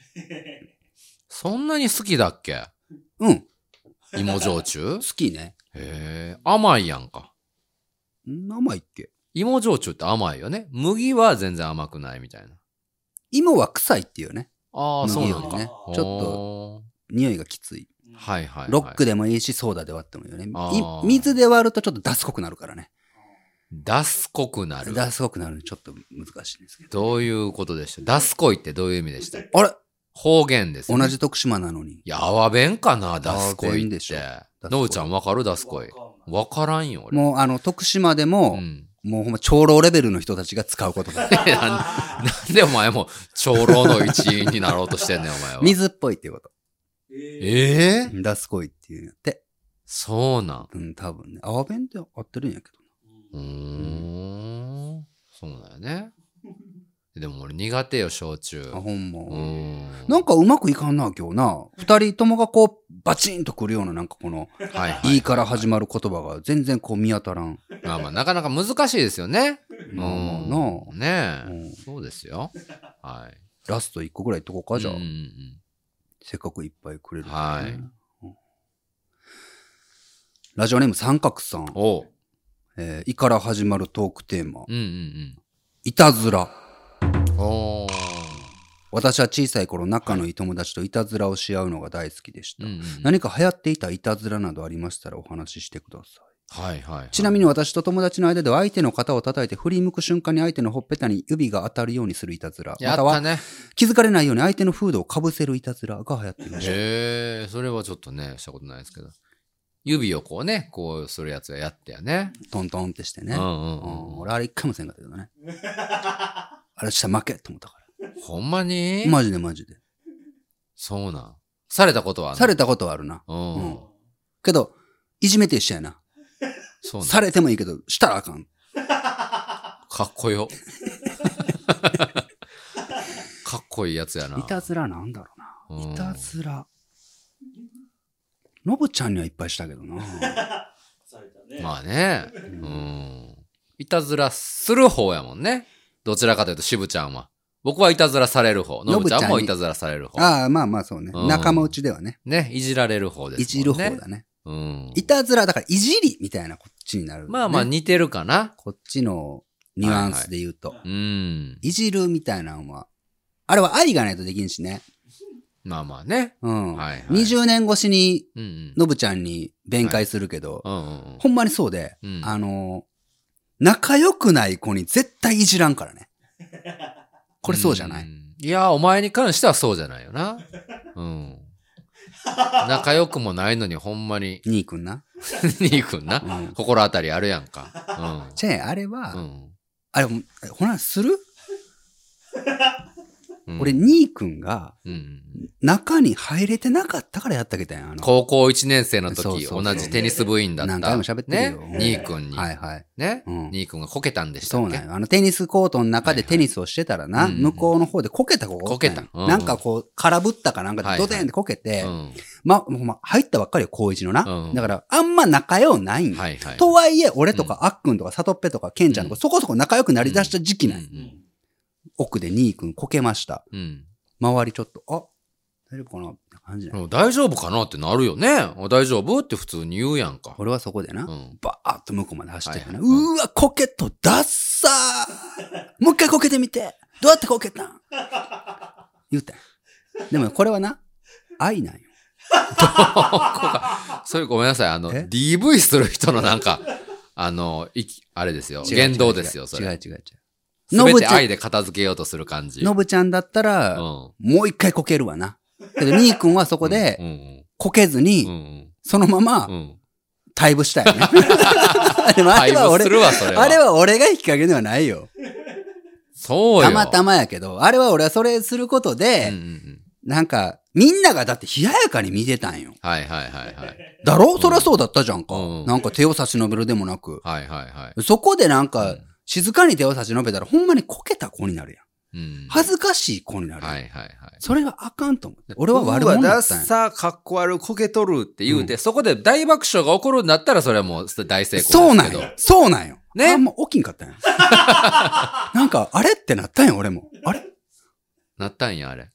S2: そんなに好きだっけ
S1: うん。
S2: 芋焼酎
S1: 好きね。
S2: へえ、甘いやんか。
S1: ん甘いっけ
S2: 芋焼酎って甘いよね。麦は全然甘くないみたいな。
S1: 芋は臭いっていうね。
S2: ああ、
S1: 麦
S2: そうな
S1: よ
S2: ん
S1: り
S2: だ。
S1: ね。
S3: あー
S1: ちょっと
S2: ょ
S1: 匂いがきつい。
S3: うん
S2: とはいはい、はい。
S1: ロックでもいいし、ソーダで割ってもいいよね。
S2: あー
S1: い水で割るとちょっとダス濃くなるからね。
S2: ダスコくなる。
S1: ダス濃くなるのちょっと難しいんですけど。
S2: どういうことでしたダスコイってどういう意味でした
S1: あれ
S2: 方言です、
S1: 同。じ徳島なのに。
S2: いや、アワ弁かな、ダスコ
S1: アワ
S2: イ
S1: 弁
S2: っ
S1: でしょ
S2: て
S1: ダス。コイ
S2: のうちゃんわかるダスコイ。わからんよ、俺。
S1: もう、あの、徳島で
S2: う
S1: も、
S2: ん。
S1: もうほんま長老レベルの人たちが使うことだ。
S2: なんなんでお前も長老の一員になろうとしてんねん、お前は。
S1: 水っぽいっていうこと。
S3: ええ
S2: ええ
S1: ダス濃いっていうのって。
S2: そうなん。
S1: うん、多分ね。泡弁って合ってるんやけど。
S2: うーん。そうだ よね。でも俺苦手よ、焼酎。
S1: あ、
S2: う
S1: ほんま。
S2: ーん。
S1: なんかうまくいかんな、今日な。二人ともがこう、バチンとくるような、なんかこの、
S2: はいはい
S1: いから始まる言葉が全然こう見当たらん。
S2: まあまあ、なかなか難しいですよね。
S1: まあまあ
S2: うん
S1: な
S2: ねえ、
S1: うん
S2: そうですよ。はい。
S1: ラスト一個ぐらいいっとこうか、じゃあ
S2: うんう。ん
S1: せっかくいっぱいくれるから
S2: は
S1: ね。
S2: い
S1: うんラジオネーム三角さん。
S2: うん。おう。
S1: えー、いから始まるトークテーマ。
S2: うんうん
S1: いたずら。
S2: うん。おー
S1: 私は小さい頃仲のいい友達といたずらをし合うのが大好きでし
S2: うん
S1: た。
S2: うんうん。
S1: 何か流行っていたいたずらなどありましたらお話ししてください。
S2: はいはい。
S1: ちな
S2: み
S1: みに私と友達の間では相手の肩を叩いて振り向く瞬間に相手のほっぺたに指が当たるようにするいたずら。
S2: や
S1: ま
S2: ったた
S1: は
S2: ね。
S1: 気づかれないように相手のフードをかぶせるいたずらが流行っていました。
S2: へえ、それはちょっとね、したことないですけど。指をこうね、こうするやつはやってやね。
S1: トントンってしてね。
S2: うん
S1: う
S2: うんうん
S1: ん、俺あれ一回もせんかったけど ね。あれしたら負けと思ったか
S2: ほんまに
S1: ら。マジでマジで。
S2: そうなん。されたことはあんの
S1: されたことはあるな。
S2: うん。
S1: うんけど、いじめて一緒やな。
S2: そうなん。
S1: されてもいいけど、したらあかん。
S2: かっこよ。 かっこいいやつやな。
S1: いたずらなんだろう
S2: う
S1: な。
S2: ん
S1: いたずら。のぶちゃんにはいっぱいしたけどな。
S3: されたね。
S2: まあね。 うん。いたずらする方やもんね。どちらかというと、しぶちゃんは。僕はいたずらされる方。の
S1: の
S2: ぶ
S1: ぶ
S2: ち
S1: ちゃん
S2: ゃ
S1: に
S2: んもいたずらされる方。
S1: ああ、まあまあそうね
S2: う。ん
S1: 仲間内ではね。
S2: ね。いじられる方ですもんね。
S1: いじる方だね。
S2: うん。
S1: いたずら、だからいじりみたいなこっちになる、
S2: まあまあ
S1: ね
S2: 似てるかな。
S1: こっちのニュアンスで言うと。
S3: はいは
S2: うん。
S1: いじるみたいなのは、あれは愛がないとできんしね。
S2: まあまあね。
S1: うん。
S2: はいはい
S1: 20年越しに、
S2: うんうん。
S1: のぶちゃんに弁解するけど、
S2: うんうん
S1: ほんまにそうで、
S2: うん
S1: あの、仲良くない子に絶対いじらんからね。これそうじゃない、、
S2: んいや、お前に関してはそうじゃないよな。うん。仲良くもないのにほんまに
S1: 兄くんな。
S2: にいくんな。
S1: うん。
S2: 心当たりあるやんか。
S1: じゃあ、あれは、
S2: うん。
S1: あれ、ほら、する、
S2: うん。
S1: 俺、兄くんが
S2: うんうん、
S1: 中に入れてなかったからやったけどやん。あの、
S2: 高校1年生の時
S1: そうそうそう
S2: 同じテニス部員だった。
S1: 何回も喋ってるよ
S2: ね。兄君に。
S1: はいはい。
S2: ね。
S1: うん
S2: 兄君がこけたんでした
S1: そ
S2: っ
S1: う
S2: け
S1: なんよ。あの、テニスコートの中でテニスをしてたらな、
S2: はいはい
S1: 向こうの方でこけた子がおったんよ
S2: こけたうん
S1: なんかこう、空振ったかなんか
S2: はい
S1: で
S2: は
S1: ド
S2: い
S1: テンってこけて、
S2: うん
S1: まあ、ほんま、入ったばっかりよ、高一のな。
S2: うん
S1: だから、あんま仲良うないんよ
S2: はいはい。
S1: とはいえ、俺とか、あっくんとか、さとっぺとか、けんちゃんとか、
S2: う
S1: そこそこ仲良くなりだした時期
S2: う
S1: なんよ、
S2: ん
S1: 奥でにーくんこけました。
S2: うん。
S1: 周りちょっと、あ、大丈夫かなって感じなん
S2: う
S1: よ
S2: ん大丈夫かなってなるよね。あ大丈夫って普通に言うやんか。
S1: 俺はそこでな、
S2: うん
S1: バーッと向こうまで走ってってな、
S2: はいはいは
S1: うーわ、こけと、ダッサーもう一回こけてみてどうやってこけたん言うたんよでも、これはな、愛なんよ。
S2: それごめんなさい。あの、
S1: え
S2: DV する人のなんか、 あの、いき、あれですよ。
S1: 違う
S2: 言動ですよ、
S1: 違う
S2: そ
S1: 違う違う違
S2: れ。
S1: う。
S2: すべ
S1: のぶ
S2: て
S1: ちゃん
S2: 愛で片付けようとする感じ。
S1: のぶちゃんだった
S2: う
S1: ら、
S2: ん。
S1: もう一回こけるわな。けど、にーくんはそこで
S2: う、ん
S1: こけず
S2: うんう
S1: に、
S2: ん。
S1: そのまま、
S2: うんうん。
S1: 退部したよ ね。でもあ
S2: 配
S1: れは
S2: 布す
S1: 俺、
S2: るわ、それは。
S1: あれは俺が引っ掛けではないよ。
S2: そうよ。
S1: たまたまやけど、あれは俺はそれすることで、
S2: うんうんうん。
S1: なんか、みんながだって冷ややかに見てたんよ。
S2: はいはいはいはい。
S1: だろそりゃそうだったじゃんか。
S2: うん
S1: なんか手を差し伸べるでもなく。
S2: はいはいはい。
S1: そこでなん
S2: う
S1: か
S2: ん、
S1: 静かに手を差し伸べたら、ほんまにこけた子になるやん。
S2: うん。
S1: 恥ずかしい子になる。
S2: はいはいはい。
S1: それはあかんと思って。 俺は悪者
S2: うわ
S1: だ
S2: ダッ
S1: ったんや。
S2: サー、かっこ悪い、こけとるって言うて、そこで大爆笑が起こるんだったら、それはもう大成功
S1: そう
S2: で
S1: な
S2: す
S1: ん
S2: けど。
S1: よ。そうなんよ。
S2: ね
S1: あんま起きんかったんや。 なんか、あれってなったんや、俺も。あれ
S2: なったんや、あれ。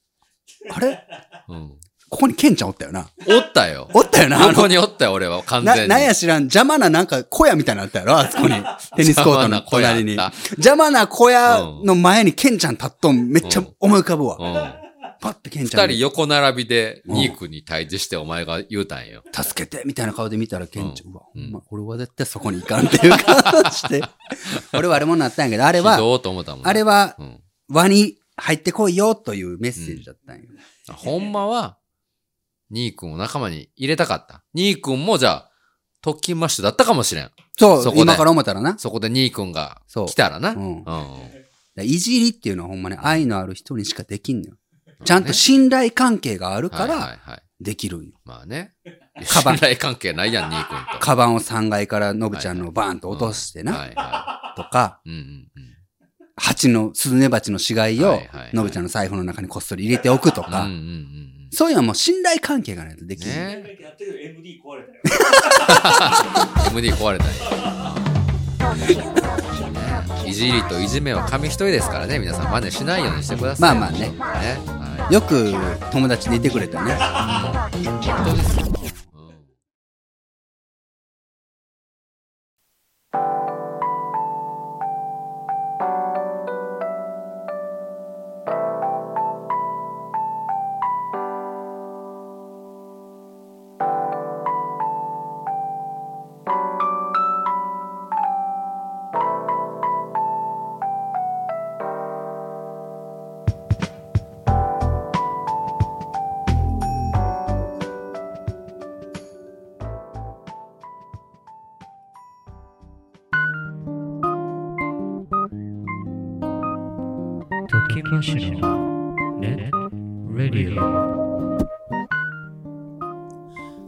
S1: あれ
S2: うん。
S1: ここにケンちゃんおったよな。
S2: おったよ。
S1: おったよ な、あの
S2: 横におったよ、俺は、完全
S1: な、
S2: に。
S1: なんや知らん、邪魔ななんか小屋みたいなのあったやろあそこ に。テニスコートの隣に
S2: 邪魔な小屋あっ。
S1: 邪魔な小屋の前にケンちゃん立っとん、めっちゃ思い浮かぶ
S2: う
S1: わ。
S2: ん。
S1: パッてケンちゃ
S2: 二
S1: ん
S2: 人
S1: に、
S2: 横並びで、ニークに対峙してお前が言うたんよ。
S1: 助けてみたいな顔で見たらケンちゃん、うわ、ほ
S2: うん
S1: んま、俺は絶対そこに行かんっていう感じ で。俺はあれもなったんやけど、あれ
S2: ひ
S1: は、
S2: どーと思ったもん。
S1: あれは
S2: う、ん。
S1: 輪に入ってこいよというメッセージだったんよ。
S2: ほんまは、ニー君を仲間に入れたかった。ニー君もじゃあ、特勤マッシュだったかもしれん。
S1: そ
S2: そうこ、で
S1: 今から思ったらな。
S2: そこでニー君が
S1: そう
S2: 来たらな。
S1: うん
S2: うん。
S1: いじりっていうのはほんまね、愛のある人にしかできんのよ。ちゃんと信頼関係があるか
S2: はいは
S1: ら
S2: いはい。
S1: できるんよ。
S2: まあね。
S1: カバン
S2: 信頼関係ないやん、ニー君と。
S1: カバンを3階からのぶちゃんのバーンと落としてな、
S2: はいは
S1: とか、
S2: い。うんうんうん。
S1: 蜂の、スズメバチの死骸
S2: は
S1: を
S2: いはいはい
S1: のぶちゃんの財布の中にこっそり入れておくと
S2: うんうん
S1: か、
S2: うん
S1: そういうのはもう信頼関係がないとで
S2: うん。
S1: きん。
S2: ね
S3: やってる MD 壊れたよ。
S2: MD 壊れたり。いじりといじめは紙一重ですからね皆さん真似しないようにしてください
S1: まあまあね
S2: ね、は
S1: よく友達でいてくれたね。
S2: いうん
S4: 時マシュのネットレディオ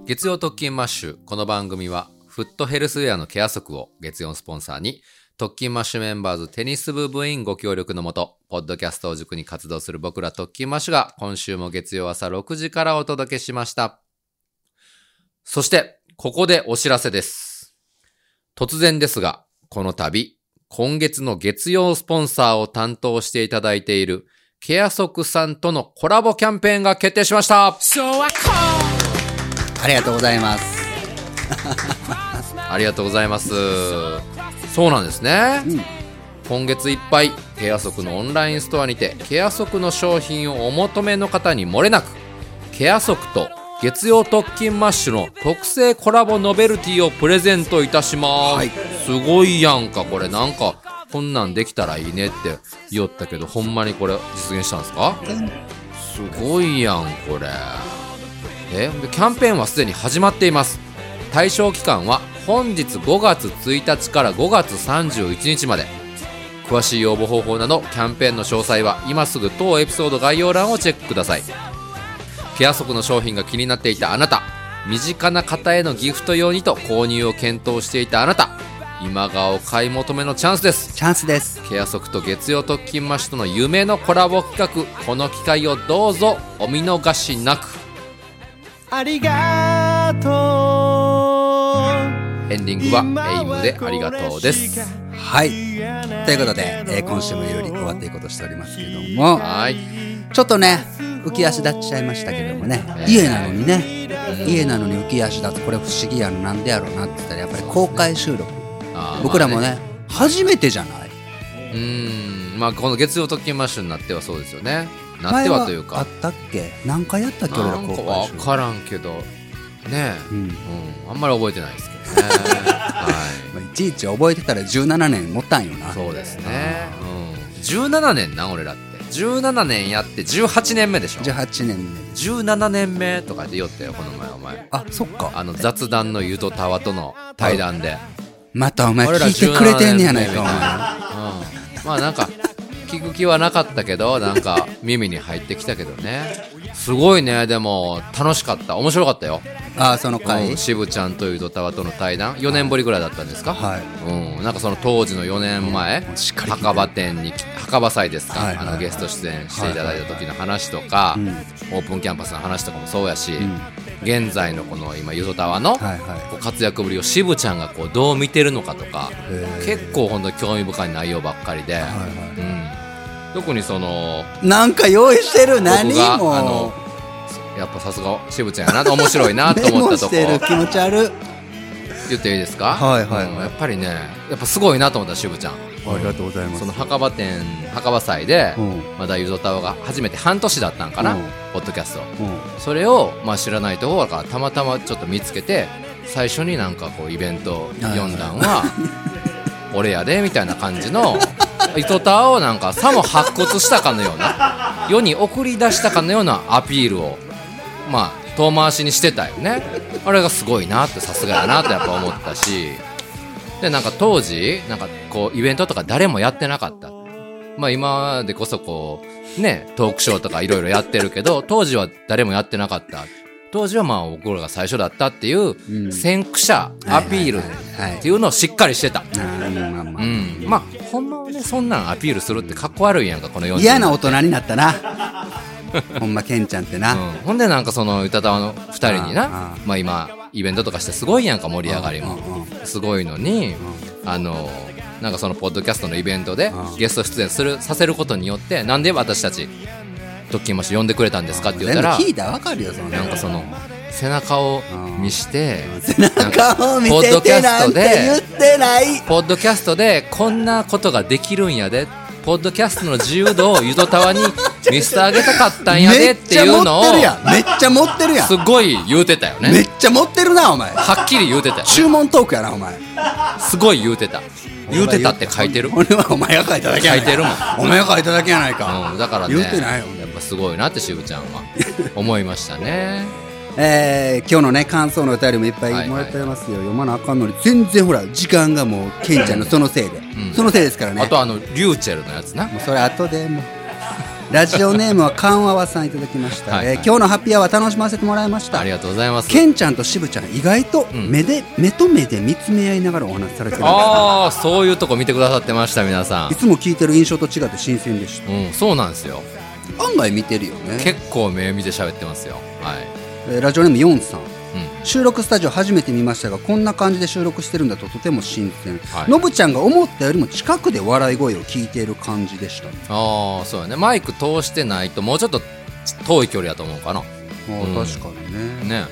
S2: 月曜特勤マッシュ。この番組は、フットヘルスウェアのケア足を月曜のスポンサーに、特勤マッシュメンバーズテニス部部員ご協力のもと、ポッドキャストを塾に活動する僕ら特勤マッシュが、今週も月曜朝6時からお届けしました。そして、ここでお知らせです。突然ですが、この度、今月の月曜スポンサーを担当していただいている、ケア足さんとのコラボキャンペーンが決定しました。
S1: ありがとうございます。
S2: ありがとうございます。そうなんですね。
S1: うん
S2: 今月いっぱい、ケア足のオンラインストアにて、ケア足の商品をお求めの方に漏れなく、ケア足と月曜特勤マッシュの特製コラボノベルティをプレゼントいたします。
S1: はい
S2: すごいやんか、これなんか、こんなんできたらいいねって言おったけど、ほんまにこれ実現したんですかすごいやんこれえでキャンペーンはすでに始まっています対象期間は本日5月1日から5月31日まで詳しい応募方法などキャンペーンの詳細は今すぐ当エピソード概要欄をチェックくださいケア足の商品が気になっていたあなた身近な方へのギフト用にと購入を検討していたあなた今がお買い求めのチャンスです
S1: チャンスです。
S2: ケア足と月曜特勤マッシュとの夢のコラボ企画この機会をどうぞお見逃しなく
S6: ありがと
S2: エンディン
S6: う
S2: グはエイムでありがとうです
S1: はい。ということで、えー今週もより終わっていこうとしておりますけども、
S2: はい
S1: ちょっとね、浮き足立っちゃいましたけどもね、
S2: ええ
S1: 家なのにね、家なのに浮き足立つ、これ不思議やの、なんでやろうなって言ったら、やっぱり公開収録。
S2: あー
S1: 僕らも
S2: まあ
S1: ね、初めてじゃないう
S2: ーんまあこの月曜特勤マッシュになってはそうですよねなっ
S1: 前
S2: てはという
S1: あっ
S2: か
S1: たっけ何回やったっけ俺ら
S2: なん
S1: 公
S2: か
S1: 開
S2: わ
S1: 収録。
S2: からんけどねえ
S1: うん
S2: うんあんまり覚えてないです けどねはい
S1: まあいちいち覚えてたら17年持ったんよな。
S2: そうですねうん17年な俺らって17年やって18年目でしょ
S1: 18年目です。
S2: 17年目とかって言おったよこの前お前
S1: あ、そっか。
S2: あの雑談の湯とタワとの対談で
S1: またお前
S2: 俺ら
S1: 聞いてくれてんねやないか、お
S2: 17
S1: 前。
S2: 年目みたいなうんまあなんか聞く気はなかったけどなんか耳に入ってきたけどね。すごいね、でも、楽しかった。面白かったよ。
S1: ああ、その
S2: う
S1: 回
S2: ん、渋ちゃんというドタワとの対談4年ぶりぐらいだったんですか、
S1: はい
S2: うん、なんかその当時の4年前、
S1: しっかり聞いてる
S2: 墓場店に墓場祭ですか、
S1: はいはい
S2: あのゲスト出演していただいた時の話とか、オープンキャンパスの話とかもそうやし、現在のこの今ゆドタワの、
S1: はいはい
S2: こう活躍ぶりを渋ちゃんがこうどう見てるのかとか
S1: へー
S2: 結構本当に興味深い内容ばっかりで、うん、特にその
S1: なんか用意してる何
S2: 僕があ
S1: も
S2: のやっぱさすが渋ちゃんやなと面白いなと
S1: メ
S2: 思っ
S1: モ
S2: たと
S1: し
S2: こ
S1: てる気持ち悪い
S2: 言っていいですか
S1: はいはいはい
S2: うんやっぱりねやっぱすごいなと思った渋ちゃん
S1: ありがとうございま
S2: その墓場店墓場祭で、
S1: うん
S2: まだゆぞたわが初めて半年だったんか
S1: う
S2: な、
S1: ん
S2: ポッドキャスト
S1: うん
S2: それを、まあ、知らないところからたまたまちょっと見つけて最初になんかこうイベント4段は 「俺やで」みたいな感じの糸タワをなんかさも発掘したかのような世に送り出したかのようなアピールをまあ遠回しにしてたよねあれがすごいなってさすがやなってやっぱ思ったしでなんか当時なんかこうイベントとか誰もやってなかったまあ今でこそこう、ね、トークショーとかいろいろやってるけど、当時は誰もやってなかった。当時はまあ僕らが最初だったっていう、先駆者アピールっていうのをしっかりしてた。
S1: あーまあま
S2: う
S1: あ
S2: ん。まあ、ほんまはね、そんなんアピールするってかっこ悪いやんか、この4
S1: 嫌な大人になった なほんまケンちゃんって
S2: う、
S1: なん
S2: ほんでなんかその歌わの2人にな
S1: ああ
S2: まあ、今イベントとかしてすごいやんか盛り上がりも
S1: う
S2: すごいのにあのなんかそのポッドキャストのイベントで
S1: うん
S2: ゲスト出演するさせることによってなんで私たち「ドッキンマッシュ」呼んでくれたんですかって言ったら
S1: 全部聞いたらわかるよそんな
S2: なん
S1: の
S2: かその背中を見してなんか
S1: 顔見せてなんて言ってない
S2: ポッドキャストでこんなことができるんやでポッドキャストの自由度をゆどたわに見せてあげたかったんや
S1: め
S2: でっ
S1: ってちゃ
S2: い
S1: 持
S2: う
S1: っ
S2: のを
S1: てるやんめっちゃ持ってるやん
S2: すごい言うてたよ
S1: め
S2: ね
S1: っちゃ持ってるなお前
S2: はっきり言うてたよね
S1: 注文トークやなお前
S2: すごい言うてた言うてたって書いてる、うん、
S1: 俺はお前が書いただけやないか
S2: 書いてる もん
S1: お前が書いただけやないか、
S2: だからね
S1: 言うてないよ
S2: やっぱすごいなって渋ちゃん は思いましたね
S1: えー、今日のね感想のお便りもいっぱいもらってますよ、読まなあかんのに全然ほら時間がもうケンちゃんのそのせいで、
S2: ん
S1: そのせいですからね
S2: あとあのリューチェルのやつな
S1: もうそれ後でもうラジオネームはかんわわさんいただきました、
S2: はいはい
S1: えー今日のハッピーアワー楽しませてもらいました
S2: ありがとうございます
S1: ケンちゃんとしぶちゃん意外と
S2: ん
S1: 目で、目と目で見つめ合いながらお話しされてるんです
S2: ああそういうとこ見てくださってました皆さ
S1: いつも聞いてる印象と違って新鮮でし
S2: んうんそうなんですよ
S1: た案外見てるよね
S2: 結構目見て喋ってますよはい
S1: えーラジオネームヨンさん
S2: うん
S1: 収録スタジオ初めて見ましたがこんな感じで収録してるんだととても新鮮、
S2: はい
S1: のぶちゃんが思ったよりも近くで笑い声を聞いている感じでした、
S2: ああそうやねマイク通してないともうちょっと遠い距離だと思うかな
S1: あー
S2: うん
S1: 確かにね
S2: ね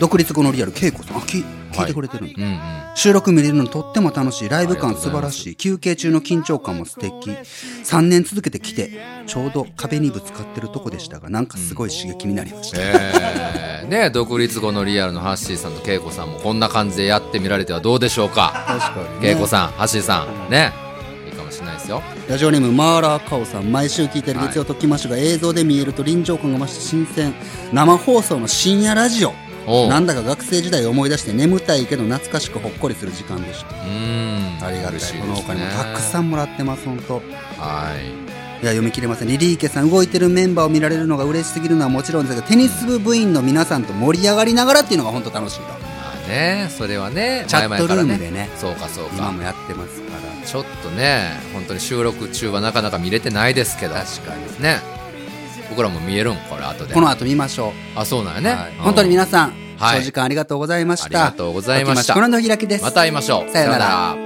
S1: 独立後のリアル恵子さんあき聞いてくれてるんだ、
S2: うんうん
S1: 収録見れるのとっても楽しいライブ
S2: あ
S1: 感
S2: りが
S1: 素
S2: とうご
S1: 晴ら
S2: ざいます
S1: しい休憩中の緊張感も素敵3年続けてきてちょうど壁にぶつかってるとこでしたがなんかすごい刺激になりました、
S2: えー、ね独立後のリアルのハッシーさんと恵子さんもこんな感じでやってみられてはどうでしょうか
S1: 確かにね
S2: 恵子さん、ハッシーさん、ね、いいかもしれないですよ。
S1: ラジオネームマーラーカオさん毎週聞いてる月曜ときましが、映像で見えると臨場感が増して新鮮生放送の深夜ラジオ
S2: おう
S1: なんだか学生時代を思い出して眠たいけど懐かしくほっこりする時間でした
S2: うーん、
S1: ありがたい
S2: 嬉し
S1: この他にもたくさ
S2: ん。
S1: んもらってます本当
S2: は
S1: い
S2: い。
S1: や読み切れませんリリーケさん動いてるメンバーを見られるのが嬉しすぎるのはもちろんですがテニス部部員の皆さんと盛り上がりながらっていうのが本当楽しいと
S2: まあね、それはね、
S1: チャットルームで
S2: 前々から
S1: ね
S2: そうか、そう
S1: 今
S2: か
S1: も。やってますから
S2: ちょっとね、本当に収録中はなかなか見れてないですけど。
S1: 確かに
S2: ね。僕らも見えるん、これ後で。
S1: この後見ましょ
S2: あ、そうなんや
S1: う、
S2: ね。
S1: はい
S2: うん
S1: 本当に皆さん、
S2: はい
S1: 長時間ありがとうございました
S2: ありがとうございました
S1: この辺の開きです
S2: また会いましょう。
S1: さよなら
S2: ら。